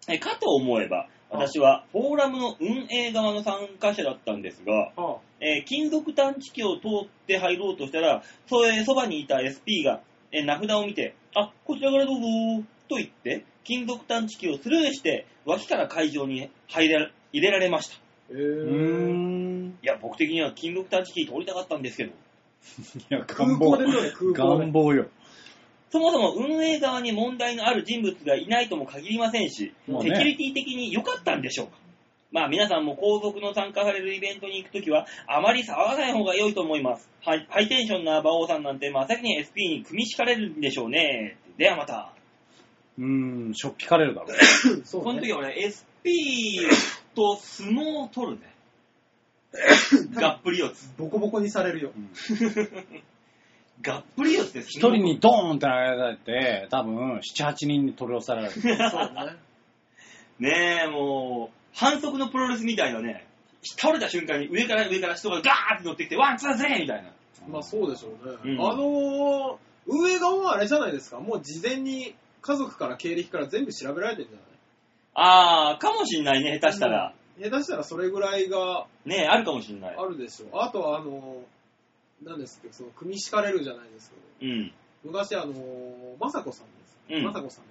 B: えかと思えば、私はフォーラムの運営側の参加者だったんですが、
C: は
B: えー金属探知機を通って入ろうとしたら、そえーそばにいた SP が、えー名札を見て、あ、こちらからどうぞーと言って、金属探知機をスルーして、脇から会場に入れ入れられました。
C: あ。へ
A: う
C: え。
A: ーん。
B: いや、僕的には金属探知機通りたかったんですけど、
A: いや、願
C: 空港
A: 望
C: で。撮る空港
A: 願
C: で。
A: 望よ。
B: そもそも運営側に問題のある人物がいないとも限りませんし、
A: まあ
B: セキュ
A: ね。
B: リティ的に良かったんでしょうか。まあ皆さんも皇族の参加されるイベントに行くときは、あまり騒がない方が良いと思います。はいハイテンションな馬王さんなんて、まあ先に SP に組み敷かれるんでしょうね。ではまた。
A: うーん、しょっぴかれるだろう。
C: そうね
B: この時俺 SP と相撲を取る ね。がっぷり四つ。
C: ボコボコにされるよ。
A: うん
B: がっぷり四つです。
A: 一人。にドーンって投げられて、多分、七八人に取り押さえられる。
C: そうね。
B: ねえ、もう、反則のプロレスみたいなね。倒れた瞬間に上から上から人がガーって乗ってきて、ワン、ツー、スリーみたいな。
C: まあそうでしょう
B: う
C: ね。
B: ん
C: あのー、運営側はあれじゃないですか。もう事前に家族から経歴から全部調べられてるんじゃな
B: あー、かもしんないね、下手したら。
C: い下手したらそれぐらいが
B: ねえ、あるかもしんない
C: あ。るでしょう。あとはあのー、なんですけど、その、組み敷かれるじゃないですけど、
B: うん。
C: 昔あのー、雅子さんです。
B: うん
C: 雅子さ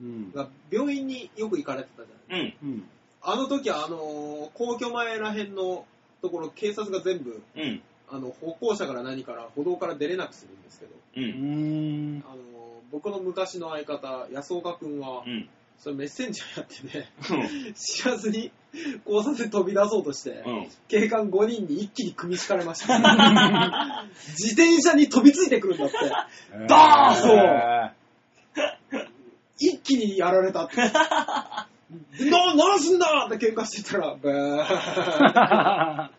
C: ん
A: うん。
C: が病院によく行かれてたじゃない
B: うん。
A: うん。
C: あの時はあのー、皇居前らへんのところ、警察が全部、
B: うん。
C: あの、歩行者から何から歩道から出れなくするんですけど、
B: う。
A: うんーん。
C: あの僕の昔の相方、安岡くんは
B: う、ん。
C: それメッセンジャーやってね、 知らずに交差点飛び出そうとして、
B: うん。
C: 警官5人に一気に組み敷かれました。 自転車に飛びついてくるんだって。
B: ダーン
C: そう
A: え
C: 一気にやられた って。で な、なんすんだって喧嘩してたら、ブー。
A: ー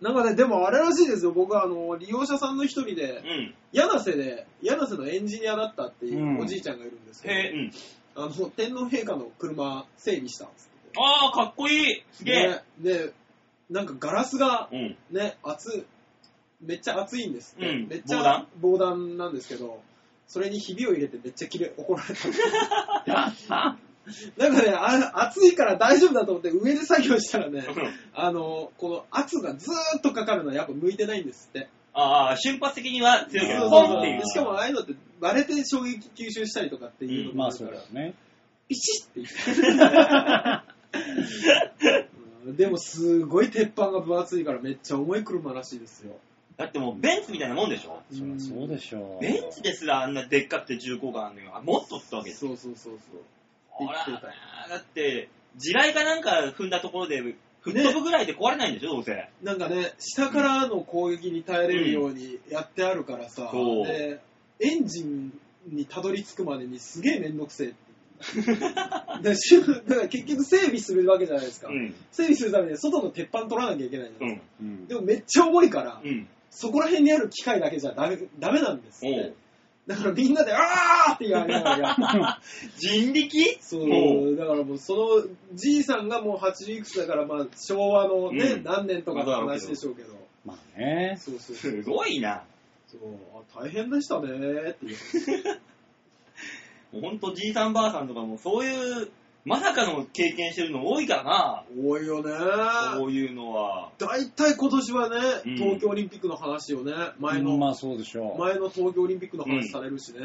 C: なんかね、でもあれらしいですよ。僕はあの、利用者さんの一人で、
B: うん。
C: 柳瀬で、柳瀬のエンジニアだったってい
A: うん
C: うおじいちゃんがいるんですけど、
B: へえ、うん。
C: あの、天皇陛下の車整備したんですって
B: ああ、かっこいいすげえ、
C: ねで、なんかガラスが
B: うん。
C: ね、熱い、めっちゃ熱いんですって。
B: うん
C: めっちゃ
B: 防弾
C: 防弾なんですけど、それにひびを入れてめっちゃきれい怒られた んですよなんかねあ、熱いから大丈夫だと思って上で作業した らね、あの、この圧がずーっとかかるのはやっぱ向いてないんですって。
B: ああ、瞬発的には強いけ
A: や
B: ど、
A: そう
B: ポンってい
A: そう
C: で。しかもああいうのって割れて衝撃吸収したりとかっていうの
B: う
A: ま
C: も
A: あ
C: るか
A: そ
C: ら
A: うだよね。
C: ピチッて 言って。うんでもすごい鉄板が分厚いからめっちゃ重い車らしいですよ。
B: だってもうベンツみたいなもんでしょ
A: そりゃそうでしょう。
B: ベンツですらあんなでっかくて重厚感あるのよ。あ、もっとってわけです。
C: そうそうそうそう。
B: ほら、だって、地雷かなんか踏んだところで、吹っ飛ぶぐらいで壊れないんでしょ、どうせ。
C: なんかね、下からの攻撃に耐えれるようにやってあるからさ、
B: そう
C: でエンジンにたどり着くまでにすげえめんどくせえって。 でしゅだから結局整備するわけじゃないですか。
B: うん。
C: 整備するためには外の鉄板取らなきゃいけないじゃ
B: う
C: ないで
B: ん
C: すか。。
A: うん
C: でもめっちゃ重いから、
B: うん。
C: そこら辺にある機械だけじゃダメダメなんですっ
B: おう
C: て。だからみんなで、あーって言われながらやって
B: 人力
C: そ
B: お
C: う、だからもうそのじいさんがもう80いくつだから、まあ昭和のね、
B: うん
C: 何年とかの話でしょうけど、
A: まあね。
C: そうそうそ
B: す
C: う
B: ごいな。
C: あ大変でしたねーっていう。
B: もうほんとじいさんばあさんとかもそういう、まさかの経験してるの多いからな。
C: 多いよね
B: こ
C: ー。
B: ういうのは。
C: 大体今年はね
B: うん、
C: 東京オリンピックの話をね、前の、
A: うんまあそうでしょう。
C: 前の東京オリンピックの話されるしね。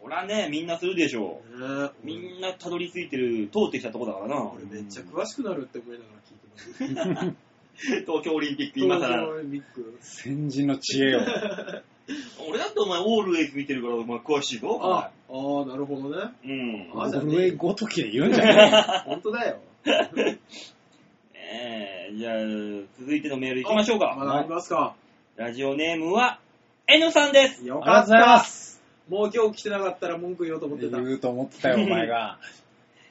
B: ほらね、みんなするでしょ
C: ね
B: う。みんなたどり着いてる、通ってきたとこだからな。
C: 俺めっちゃ詳しくなるって思いながら聞いてます。
B: 東京オリンピック今
C: 東
B: さら
C: 京。オリンピック。
A: 先人の知恵を。
B: 俺だってお前オールウェイズ見てるからお前詳しいぞ。お前
C: あ、あー、なるほどね。
B: うん。
C: あじゃねえ
A: 上ごときで言うんじゃね
C: 本当だよ。
B: えー、じゃあ、続いてのメールいきましょう
C: ま
B: か。
C: だありますか。
B: ラジオネームは、N さんです。
A: え
C: よ
A: よ。
C: か
A: ありがとうご
C: っ
A: ざいま
C: た。
A: す。
C: もう今日来てなかったら文句言おうと思ってた。
A: 言うと思ってたよ、お前が。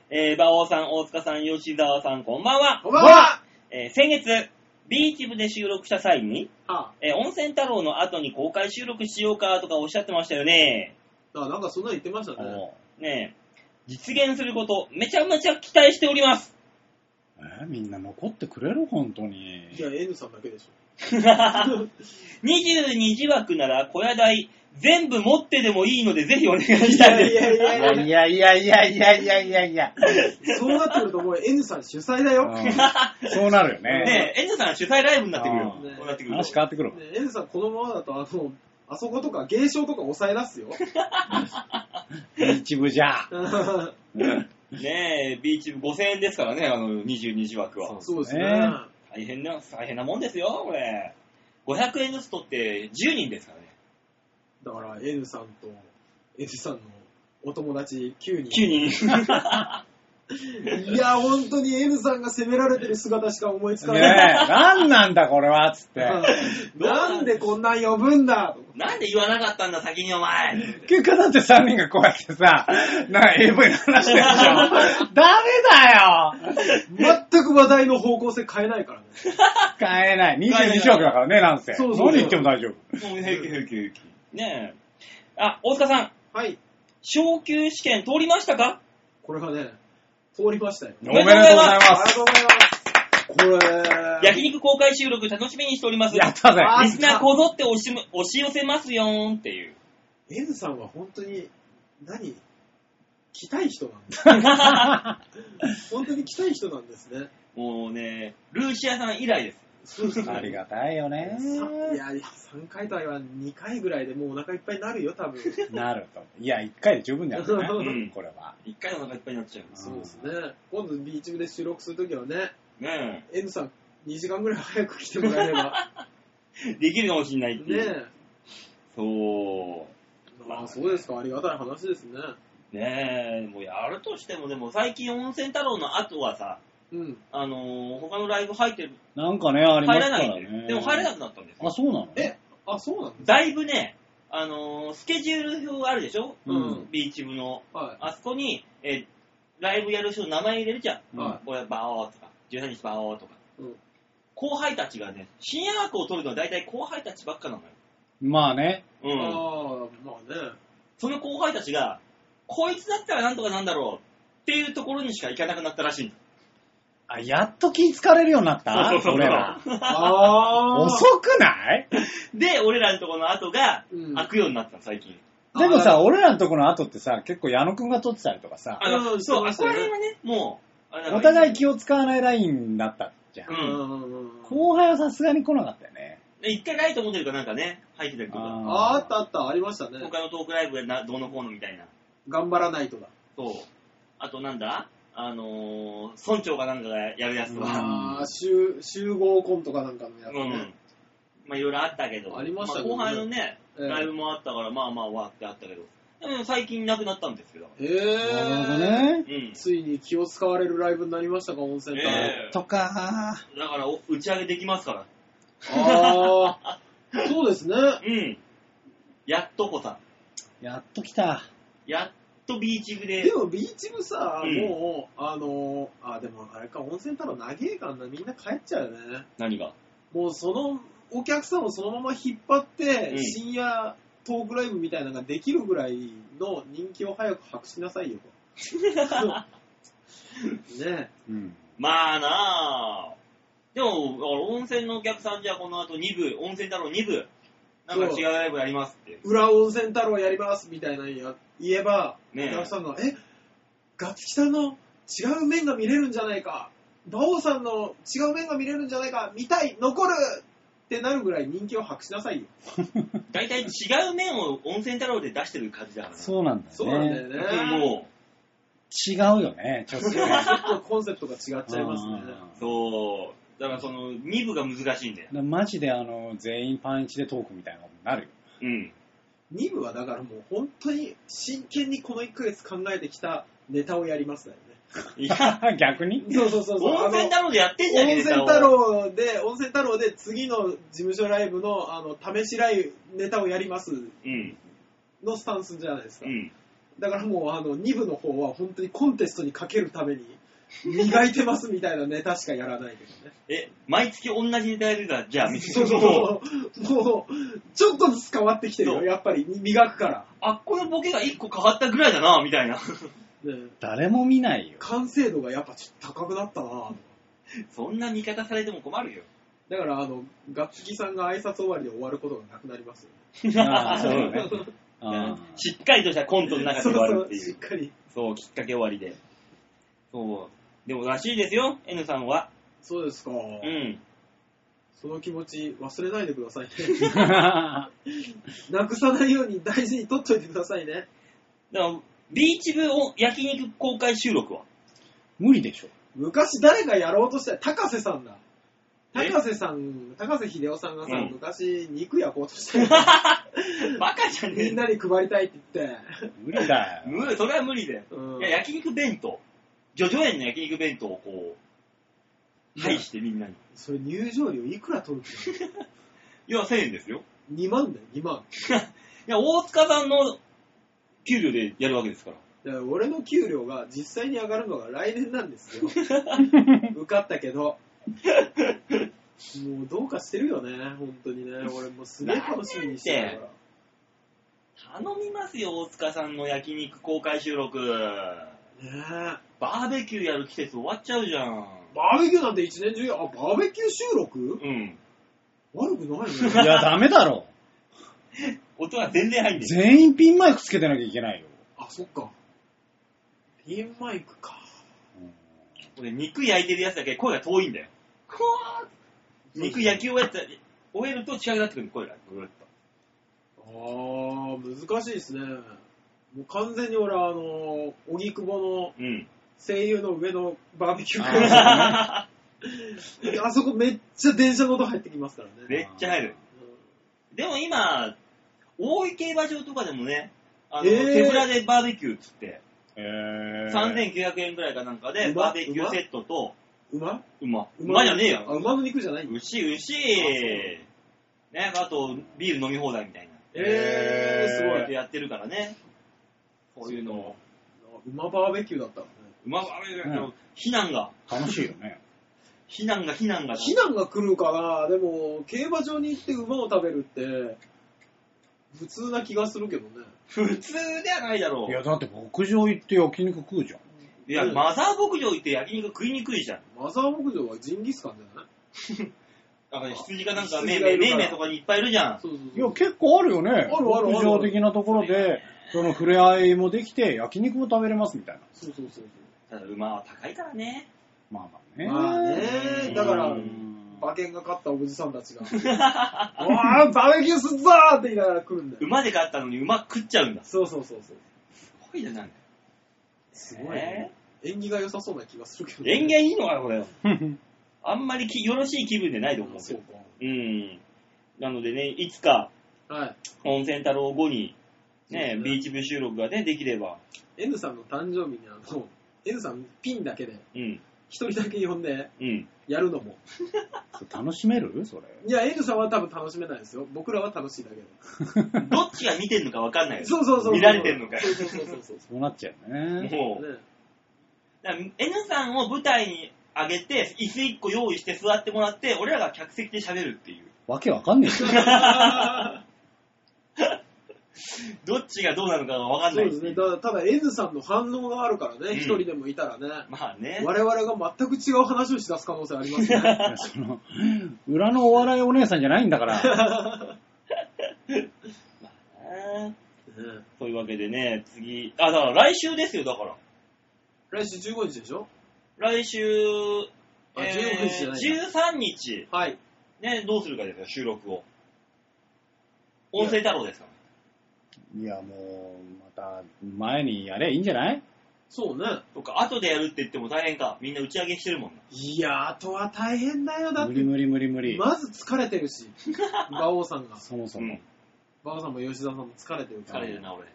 B: えー、馬王さん、大塚さん、吉沢さん、こんばんは。
C: こんばんは
B: えー、先月、ビーチ部で収録した際に、
C: あ
B: えー、温泉太郎の後に公開収録しようかとかおっしゃってましたよね。
C: あ、なんかそんなの言ってましたね。
A: おう
B: ねえ、実現すること、めちゃめちゃ期待しております。
A: えーみんな残ってくれる本当に。
C: いや、N さんだけでし
B: 22字枠なら小屋代全部持ってでもいいのでぜひお願い
C: ょ。
B: したいです。
C: やい
A: いやいやいやいやいやいやいやいや。
C: そうなってくるともう N さん主催だよ。ね
A: うんそうなるよね。
B: ねえ、エンジョさん主催ライブになってくるよ
A: あ
C: ー。
B: こうなってくると
A: 話変わってくるわ。
C: N さんこのままだと、あの、あそことか芸商とか抑え出すよ。
A: 一部じゃ。
B: ねえ、ビーチ部5000円ですからね、あの22時枠は。
C: そうですね。
A: ね
B: 大変な、大変なもんですよ、これ。500円ずつ取って10人ですからね。
C: だから N さんと N さんのお友達9 人。
B: 9人。
C: いや、本当に N さんが責められてる姿しか思いつか
A: ねえ、
C: ない。
A: なんなんだこれは、つって。
C: なんでこんなん呼ぶんだと
B: なんで言わなかったんだ、先にお前。
A: 結果だって3人がこうやってさ、な、AV の話してるでしょ。ダメだよ
C: 全く話題の方向性変えないからね。
A: 使えない。22色だからね、なんせ。
C: そうそうそう
A: 何言っても大丈夫。
B: もう平気平気平気。ねえ。あ、大塚さん、
C: はい。
B: 昇級試験通りましたか
C: これがね、通りましたよ。
A: おめでとうござい
C: あり
A: ま
C: が
A: す。
C: とうございます。これ、
B: 焼肉公開収録楽しみにしております。
A: やったぜ。
C: あ
B: リスナーこぞって押しむ押し寄せますよーんっていう。
C: N さんは本当に、何来たい人なん だ。本当に来たい人なんですね。
B: もうね、ルーシアさん以来です。
C: そうで す
A: ありがたいよね。
C: いやいや、3回とは言わん2回ぐらいでもうお腹いっぱいになるよ、多分。
A: なると。いや、1回で十分だよね。
B: うん
A: これは。
B: 一回お腹いっぱいになっちゃいます。
C: そうですね。今度ビーチ部で収録するときはね、
B: ね
C: N さん2時間ぐらい早く来てもらえ れば。
B: え。できるかもしんないって
C: ね
B: いう。
C: え。
B: そ
C: まあそうですか、ありがたい話ですね。
B: う。ねえ、もうやるとしても、でも最近温泉太郎の後はさ、
C: うん。
B: あのー他のライブ入ってる、
A: なんかね、あ
B: 入
A: りま
B: ら
A: すか
B: ない
A: ら
B: んで
A: ね。
B: でも入れ
A: な
B: なくなったんです
A: あ、
B: よ。
A: そうなの
C: えあ、そうなんですか
B: だいぶね、あのースケジュール表あるでしょ、
A: うん
B: ビーチ部の。
C: は
B: あそこに、えライブやる人の名前入れるじゃん。
C: は
B: これ、バオーとか、13日バオーとか。
C: うん
B: 後輩たちがね、深夜枠を取るのは大体後輩たちばっかなのよ。
A: まあね。
B: う
C: あ
B: ん。
C: あ、まあね。
B: その後輩たちが、こいつだったらなんとかなんだろうっていうところにしか行かなくなったらしいん
A: あ、やっと気ぃつかれるようになった
B: そうそうそう
A: 俺ら。
C: ああ。
A: 遅くない
B: で、俺らのところの後が、
C: うん
B: 開くようになったの、最近。
A: でも
C: あ
A: さ、俺らのとこの後ってさ、結構矢野くんが撮ってたりとかさ、
B: あの、
C: うん
B: そう、
C: そう
B: あ
C: で
B: そこ
C: すよ
B: ら
C: ね
B: 辺はね、もう、あれなんか
A: お互い気を使わないラインだったじゃん
B: う。
C: うん
B: ん。
C: うんうん
A: 後輩はさすがに来なかったよね。
B: で一回ないと思ってるからなんかね、入ってたりとか、
C: ああったあった、ありましたね。
B: 他のトークライブがなどうのこうのみたいな。
C: 頑張らないとだ。
B: そう。あとなんだあのー、村長がなんかがやるやつと
A: うん
B: か。
C: ああ、集集合コントかなんかのやつ
B: う
C: ね
B: ん。。まあいろいろあったけど。
C: ありましたけどね
B: あ後輩のね、
C: ええ
B: ライブもあったから、まあまあわーってあったけど。でも最近なくなったんですけど。
C: へえ
A: なるほど。ね。
B: うん。
C: ついに気を使われるライブになりましたか、温泉太郎。
B: ええ
A: とか、
B: だからお打ち上げできますから。
C: ああ、そうですね。
B: うん。やっとこさ。
A: やっと来た。
B: やっとビーチ部で
C: で。もビーチ部さ、
B: うん
C: もう、あの、あ、でもあれか、温泉太郎長えからな、みんな帰っちゃうよね。
B: 何が
C: もうその、お客さんをそのまま引っ張って、
B: うん
C: 深夜トークライブみたいなのができるぐらいの人気を早く博しな さいよと。ね
A: うん。
B: まあなあ。でも、だから温泉のお客さんじゃこの後2部、温泉太郎2部、なんか違うライブやりますって。
C: 裏温泉太郎やりますみたいなのや言えば、
B: ねえ
C: お客さんが、え、ガッツキさんの違う面が見れるんじゃないか、馬王さんの違う面が見れるんじゃないか、見たい、残るってなるぐらい人気を博しなさいよ。
B: 大体違う面を温泉太郎で出してる感じだから。
A: そうなんだよね。
C: そうなんだよね。
B: も
A: 違うよね、ちょっと ね。
C: ちょっとコンセプトが違っちゃいますね。
B: う、そう。だからその、2部が難しいんだよ。
A: うんマジであの、全員パンイチでトークみたいなことになるよ。
B: うん。
C: 2部はだからもう本当に真剣にこの1ヶ月考えてきたネタをやりますだよね。
B: いや、
A: 逆に
C: そうそうそうそう。
B: 温泉太郎でやってんじゃ
C: 温
B: ねえ
C: 泉太郎で、温泉太郎で次の事務所ライブの、あの、試しライブ、ネタをやります
B: うん。
C: のスタンスじゃないですか。
B: うん。
C: だからもう、あの、2部の方は本当にコンテストにかけるために、磨いてますみたいなネタしかやらないけどね。
B: え、毎月同じネタやるから、じゃあ、
C: そうそうそう。もう、ちょっとずつ変わってきてる
B: そ
C: よ、
B: う
C: やっぱり、磨くから。
B: あっこのボケが1個変わったぐらいだな、みたいな。
C: ね
A: 誰も見ないよ。
C: 完成度がやっぱちょっと高くなったな
B: そんな見方されても困るよ。
C: だから、あの、ガッツキさんが挨拶終わりで終わることがなくなりますよね。
A: あーそうだね。あー
B: しっかりとしたコントの中で終わるって
C: そうそ
B: い
C: うしっ
B: う。
C: かり。
B: そう、きっかけ終わりで。そう。でもらしいですよ、N さんは。
C: そうですか。
B: うん。
C: その気持ち忘れないでくださいね。
A: う
C: なくさないように大事に取っといてくださいね。
B: だから、ビーチ部を焼肉公開収録 は。
A: ん 無理でしょ。
C: 昔誰がやろうとした高瀬さんだ。
B: え
C: 高瀬さん、高瀬秀夫さんがさ、
B: うん
C: 昔肉焼こうと して、
B: バカじゃね
C: み
B: え
C: ん
B: の
C: なに配りたいって言って。
A: 無理だよ。
B: 無理、それは無理だよ。
C: うん
B: いや、焼肉弁当。ジョジョ園の焼肉弁当をこう、
C: いや
B: 配してみんなに。
C: それ入場料いくら取る の
B: いや、1000円ですよ。
C: ?2 万だよ、2万。
B: いや、大塚さんの給料でやるわけですから。
C: だから俺の給料が実際に上がるのが来年なんで すよ。受かったけど。もうどうかしてるよね、本当にね。俺もうすげえ楽しみにしてるから。
B: 頼みますよ、大塚さんの焼肉公開収録。
C: ねえ。
B: バーベキューやる季節終わっちゃうじゃん。
C: バーベキューなんて一年中や、あ、バーベキュー収録
B: うん。
C: 悪くない
A: い
C: ね。
A: や、ダメだろ。
B: 音が全然入んね
A: 全員ピンマイクつけてなきゃいけないよ。
C: あ、そっか。ピンマイクか。
B: え。これ肉焼いてるやつだけ声が遠いんだよ。こわー肉焼き終えた、終えると近くなってくる声が。ぐーっと。
C: あー、難しいですね。もう完全に俺はあの、荻窪の
B: うん。
C: 声優の上のバーベキュー会場
A: あ
C: あそこめっちゃ電車の音入ってきますからね。
B: めっちゃ入る。でも今、大井競馬場とかでもね、あの、
C: えー
B: 手ぶらでバーベキューっつって、
A: ーえー
B: 3900円くらいかなんかで、
C: うま
B: バーベキューセットと、
C: 馬
B: 馬。馬じゃねえよ
C: あ、。馬の肉じゃないんだ
B: 牛、牛。ね、あと、ビール飲み放題みたいな。
C: えー、す
B: こう
C: ご
B: やって
C: い。
B: やってるからね。こういうのを。
C: 馬バーベキューだったのね。
B: 馬バーベキュー
A: う
B: 避難が、
A: 楽しいよね。
B: 避難が避難が。
C: 避難が来るかなでも、競馬場に行って馬を食べるって、普通な気がするけどね。
B: 普通ではないだろ
A: いや、だって牧場行って焼肉食うじゃん。
B: う。いや、マザー牧場行って焼肉食いにくいじゃん。
C: マザー牧場はジンギスカンじゃない
B: なんかね羊がなんか、めい
C: 羊が
B: め
C: い
B: い
C: る
B: め
C: か
B: い
C: ら
B: めいとかにいっぱいいるじゃん。
C: そうそうそう。
A: いや、結構あるよね。
C: あるある
A: 牧場的なところで、その触れ合いもできて、焼肉も食べれますみたいな。
C: そうそうそうそう。
B: ただ、馬は高いからね。
A: まあまあね。
C: まあね、だから
A: う、
C: 馬券が勝ったおじさんたち が、わー、バーベキューすっぞーって言いながら来るんだよ。
B: 馬で買ったのに馬食っちゃうんだ。す
C: そうそうそうそう。
B: ごいじゃない。
C: すごいね。縁起が良さそうな気がするけど、
B: 園芸いいのかな、これ。
A: ん
B: あんまりきよろしい気分でないと思うけ
C: そ
B: ど
C: う。
B: うん。なのでね、いつか、
C: か。はい。
B: 温泉太郎後に、ね、
C: そうですね
B: ビーチ部収録がね、できれば。
C: N さんの誕生日にあの、N さんピンだけで、
B: うん。
C: 一人だけ呼んで
B: うん。
C: やるのも。
A: そう楽しめるそれ。
C: いや、N さんは多分楽しめないですよ。僕らは楽しいだけで。
B: どっちが見てんのか分かんないよ。
C: そうそうそうそう。
B: 見られてんのかよ
C: そうそうそうそうそ
A: そ
C: う。
A: うなっちゃうね。
B: も う。
C: ね
B: だから N さんを舞台に上げて、椅子1個用意して座ってもらって、俺らが客席で喋るっていう。
A: わけわかんねえじゃん。
B: どっちがどうなのかが分かん
C: そ
B: な
C: う
B: い
C: で
B: し
C: すね。ただ、ただ N さんの反応があるから
B: うん
C: ね、一、人でもいたらね、
B: まあね。
C: 我々が全く違う話をし出す可能性あります ね。
A: いやその、裏のお笑いお姉さんじゃないんだから。
B: ね
C: ね
B: そういうわけでね、次、あ、だから来週ですよ、だから。
C: 来週15日でしょ
B: 来週、
C: あ19日じゃない
B: 13日、
C: はい。
B: ね、どうするかですよ、収録を。音声太郎ですから。
A: いや、もう、また、前にやればいいんじゃない
C: そうね。
B: とか、後でやるって言っても大変か。みんな打ち上げしてるもんな。
C: いやー、あとは大変だよ。だっ
A: 無
C: て
A: 理、無理無理無理。
C: まず疲れてるし、馬王さんが。
A: そもそうも
B: ん。。
C: 馬王さんも吉田さんも疲れてるか
B: 疲
C: ら。
B: れてるな、俺。
C: うん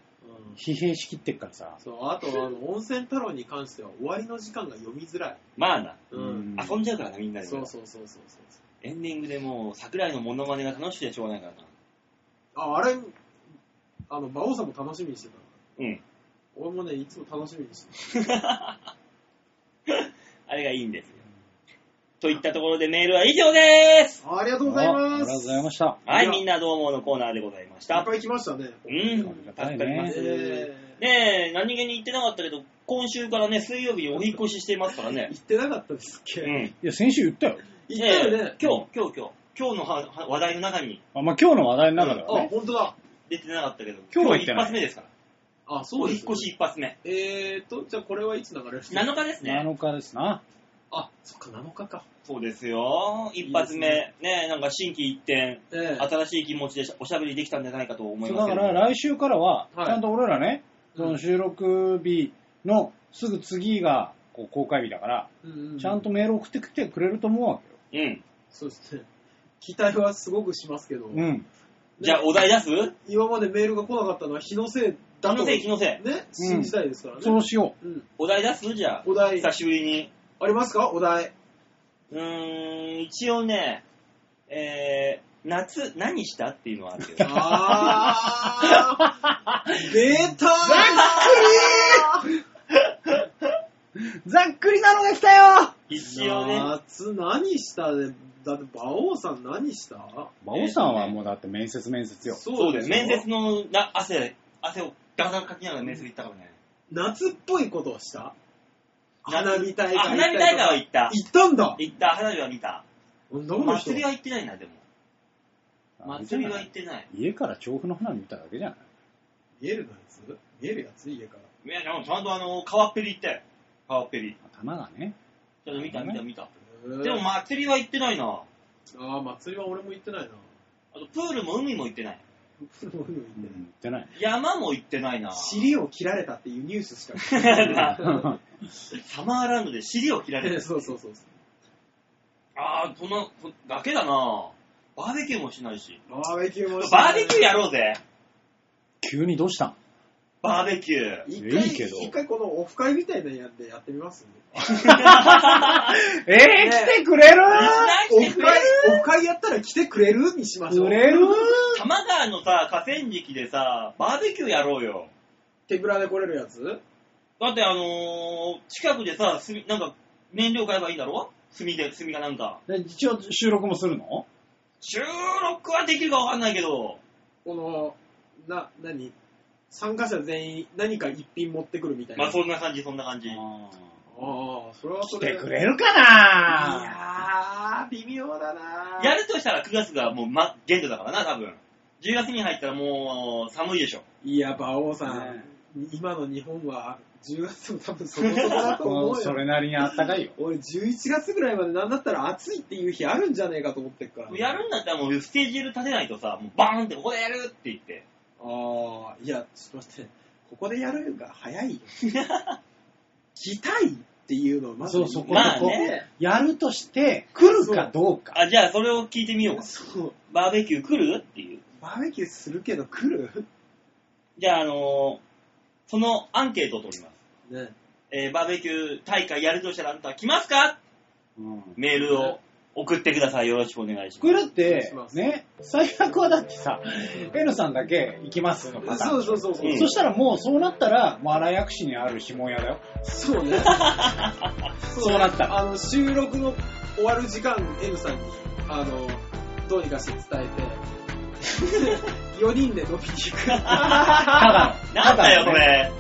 A: 疲弊しきってっからさ。
C: そう、あと、あの、温泉太郎に関しては終わりの時間が読みづらい。
B: まあな。
C: うん。
A: うん
B: 遊んじゃうからな、みんなで。
C: そうそうそうそうそう。
B: エンディングでもう、桜井のモノマネが楽しくてしょうがないからな。
C: あ、あれ、あの、馬王さんも楽しみにしてたの。
B: うん。
C: 俺もね、いつも楽しみにしてた。
B: あれがいいんですよ。といったところでメールは以上です
C: あありがとうございます。
A: あありがとうございました。
B: はい、
C: いや
B: みんなどうものコーナーでございまし。
C: いったぱい来ましたね。
B: うん
A: あり、が
B: 助か
A: たいね
B: ります。
C: えー
B: ねえ、何気に言ってなかったけど、今週からね、水曜日にお引っ越ししていますからね
C: 行。ってなかったですっけ、
B: うん。
A: いや、先週言ったよ。
C: 行ったよね。
B: え今日、今日、今日、今日のはは話題の中に
A: あまあ、今日の話題の中で
C: あ、
A: はね。
C: 本当だ。
B: 出てなかったけど、
A: 今
B: 今
A: 日
B: 日
A: は
B: は
A: 行って
B: 一
A: ない
B: 発目ですから。
C: あ、そう
B: お
C: で
B: 引っ
C: す、
B: 越し一発目。
C: えーと、じゃあこれはいつ流れる
B: 7日ですね。
A: 7日ですな。
C: あ、そっか、7日か。
B: そうですよ。一発目。
C: いい
B: ねえ、なんか心機一転、
C: ええ
B: 新しい気持ちでしおしゃべりできたんじゃないかと思い
A: そう
B: ま
A: だ
B: すけ
A: か
B: ど。
A: ら来週からは、ち
C: はい
A: ゃんと俺らね、その収録日のすぐ次がこう公開日だから、
C: うんうん
A: ちゃんと。メール送ってきてくれると思うわ
B: うん。
C: そうですね。期待はすごくしますけど、
A: けよ。うん。
B: じゃあ、お題出す
C: 今までメールが来なかったのは日のせいだ
B: 気の
C: と
B: せい、気のせい。
C: ね、信じたいですからね。
A: そうしよ
C: うん
B: お題出すじゃあ、
C: お題、
B: 久しぶりに。
C: ありますかお題。
B: うーん、一応ね、えー、夏、何したっていうのはあるけど。
C: あー出たー
A: う。ざっくりなのが来たよ
B: 一応ね。
C: 夏何したで、だって馬王さん何した
A: 馬王さんはもうだって面接面接よ。
B: そうだよ。
C: です
B: 面接のな汗、汗をガサガサかきながら面接行ったからね。
C: 夏っぽいことをした花火大会。
B: あ、花火大会は
C: 行っ
B: 行った
C: た。。行ったんだ
B: 行った、花火は見た。
C: なんだこの人
B: 祭りは行ってないな、でも。祭りは行ってない。
A: 家から調布の花見ただけじゃない
C: 見えるのやつ見えるやつ家から。
B: いや、でもちゃんとあの、川っぺり行ったよ。川っぺり。
A: 頭がね。
B: ちょっと見た、見た、見た。で
C: で
B: も
C: も、
B: 祭りは行ってないな。あ
C: あー祭りは俺も行ってないな。
B: と、プールも海も行ってない。
C: 俺も行って
A: うん、
C: な
A: 言って ない。
C: い
B: 山も行ってないな。
C: 尻を切られたっていうニュースしか聞
B: なサマーランドで尻を切られ
C: い。
B: る。
C: そうそうそうそう。
B: あー、この、こだけだな。バーベキューもしないし。
C: バーベキューも
B: バーベキュー
C: や
B: やろうぜ。
A: 急にどうしたん
B: バーベキュー。
C: 一回
A: いいけど
C: 一回このオフ会みたいなやってやってみます
A: えー、来てくれる
C: オ
B: し
C: フ
B: てく
C: 会
B: れる、
C: オフ会やったら来てくれるにしましょう。
A: くれる
B: 多摩川のさ、河川敷でさ、バーベキューやろうよ。
C: 手ぶらで来れるやつ
B: だってあのー、近くでさ、すなんか、燃料買えばいいんだろ炭で、炭がなんか。
A: で、一応収録もするの
B: 収録はできるかわかんないけど、
C: この、な、何参加者全員何か一品持ってくるみたいな。
B: まあそんな感じ、そんな感じ。
A: あ
C: ああ、それ
A: ー
C: はそ
A: 来
C: れ。
A: てく
C: い
A: れるかな
C: やー、微妙だな
B: やるとしたら9月がもう、ま、限度だからな、多分。10月に入ったらもう寒いでしょ。
C: いや、馬王さん、
A: ね
C: 今の日本は10月も多分そこそこだと思う
A: そ
C: よ。
A: れなりにあったかいよ。
C: 俺11月ぐらいまでなんだったら暑いっていう日あるんじゃねえかと思ってるから、
B: やるんだったらもうスケジュール立てないとさ、もうバーンってここでやるって言って。
C: ああ、いや、ちょっと待って、ここでやるが 早いよ。来たいっていうのをまず
A: そうそこ
B: まあ
A: そこ
B: ね
A: やるとして、来るかどうか。
B: あ、じゃあそれを聞いてみようか。
C: そう、
B: バーベキュー来るっていう。
C: バーベキューするけど来る
B: じゃああのーそのアンケートを取ります。
C: ね。
B: えーバーベキュー大会やるとしたらあんた来ますか
A: うん
B: メールを送ってください。よろしくお願いし
A: こ
B: ます。
A: れだって、ね、最悪はだってさ、N さんだけ行きますのパターン。
C: そうそうそうそう。
B: うん
A: そしたらもうそうなったら、もう荒薬師にある指紋屋だよ。
C: そうね。
A: そうなった
C: あの、収録の終わる時間、N さんに、あの、どうにかして伝え て、4人で飲みに行く。
A: ただ の、
B: なんだよ、
A: た
B: こ
A: のね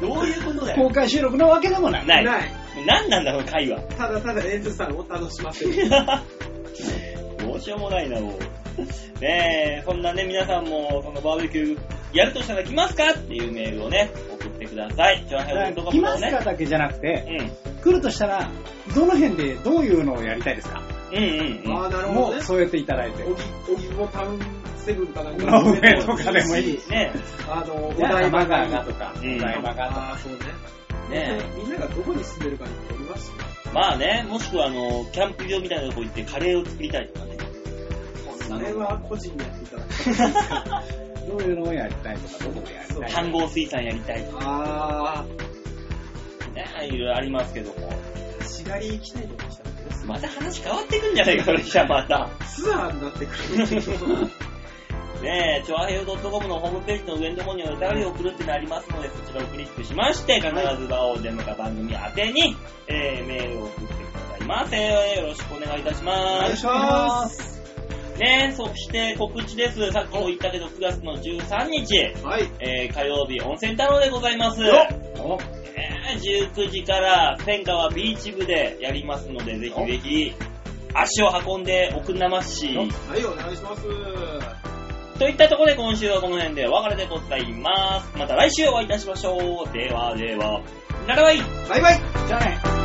B: れ。どういうことだよ
A: 公。開収録なわけでもない。
B: ない。
C: な
B: なんなんだ、この会話。
C: ただただ N さんを楽しませる。
B: どうしようもないな、もう。ねえ、そんなね、皆さんも、そのバーベキューやるとしたら来ますかっていうメールをね、送ってください。チョア
A: だから
B: ヘ
A: 来ますか
B: ね。
A: だけじゃなく
B: う
A: て、
B: ん。
A: 来るとしたら、どの辺でどういうのをやりたいですか
B: うんうん
C: あ
B: う
C: あ、なるほ
A: も
C: ど
A: う
C: ね。
A: 添えていただいて。
C: おぎ、おぎもタウンセブンかなんか
A: の上とかでもいい
B: ん。ね
C: あの、お
A: じゃあ
C: 台場
A: 玉
C: がいい
A: 川とか、
B: うん
A: お台場がとか。
C: ああ、そうね。
B: え、ね
C: みんながどこに住んでるかにもよりますしね。
B: え。まあね、もしくはあの、キャンプ場みたいなとこ行ってカレーを作りたいとかね。
C: それは個人でやっていただく。
A: どういうのをやりたいとか、どこでやりたいとか。
B: 半合水産やりたいと
C: あ
B: かね、いろいろありますけども。
C: あ、しがり行きたいと思したらどうする
B: また話変わってくんじゃないか、これじゃあまた。
C: ツアーになってくる。
B: ねえ、チョアヘヨ .com のホームページの上のところにお便りを送るってのありますので、そちらをクリックしまして、必ず場を出迎え番組宛てに、えー、メールを送ってくださいませ。よろしくお願いいたし
C: お
B: ま
C: 願い
B: す。
C: します。
B: ねえ、そして告知です。さっきも言ったけど、9月の13日、
C: はい。
B: えー、火曜日、温泉太郎でございます。
A: お
B: えー19時から、千川ビーチ部でやりますので、ぜひぜひ、足を運んでおくんなまし。
C: はい、お願いします。
B: といったところで今週はこの辺でお別れでございます。また来週お会いいたしましょう。ではでは、ならばいい
C: バイバイ
A: じゃあね。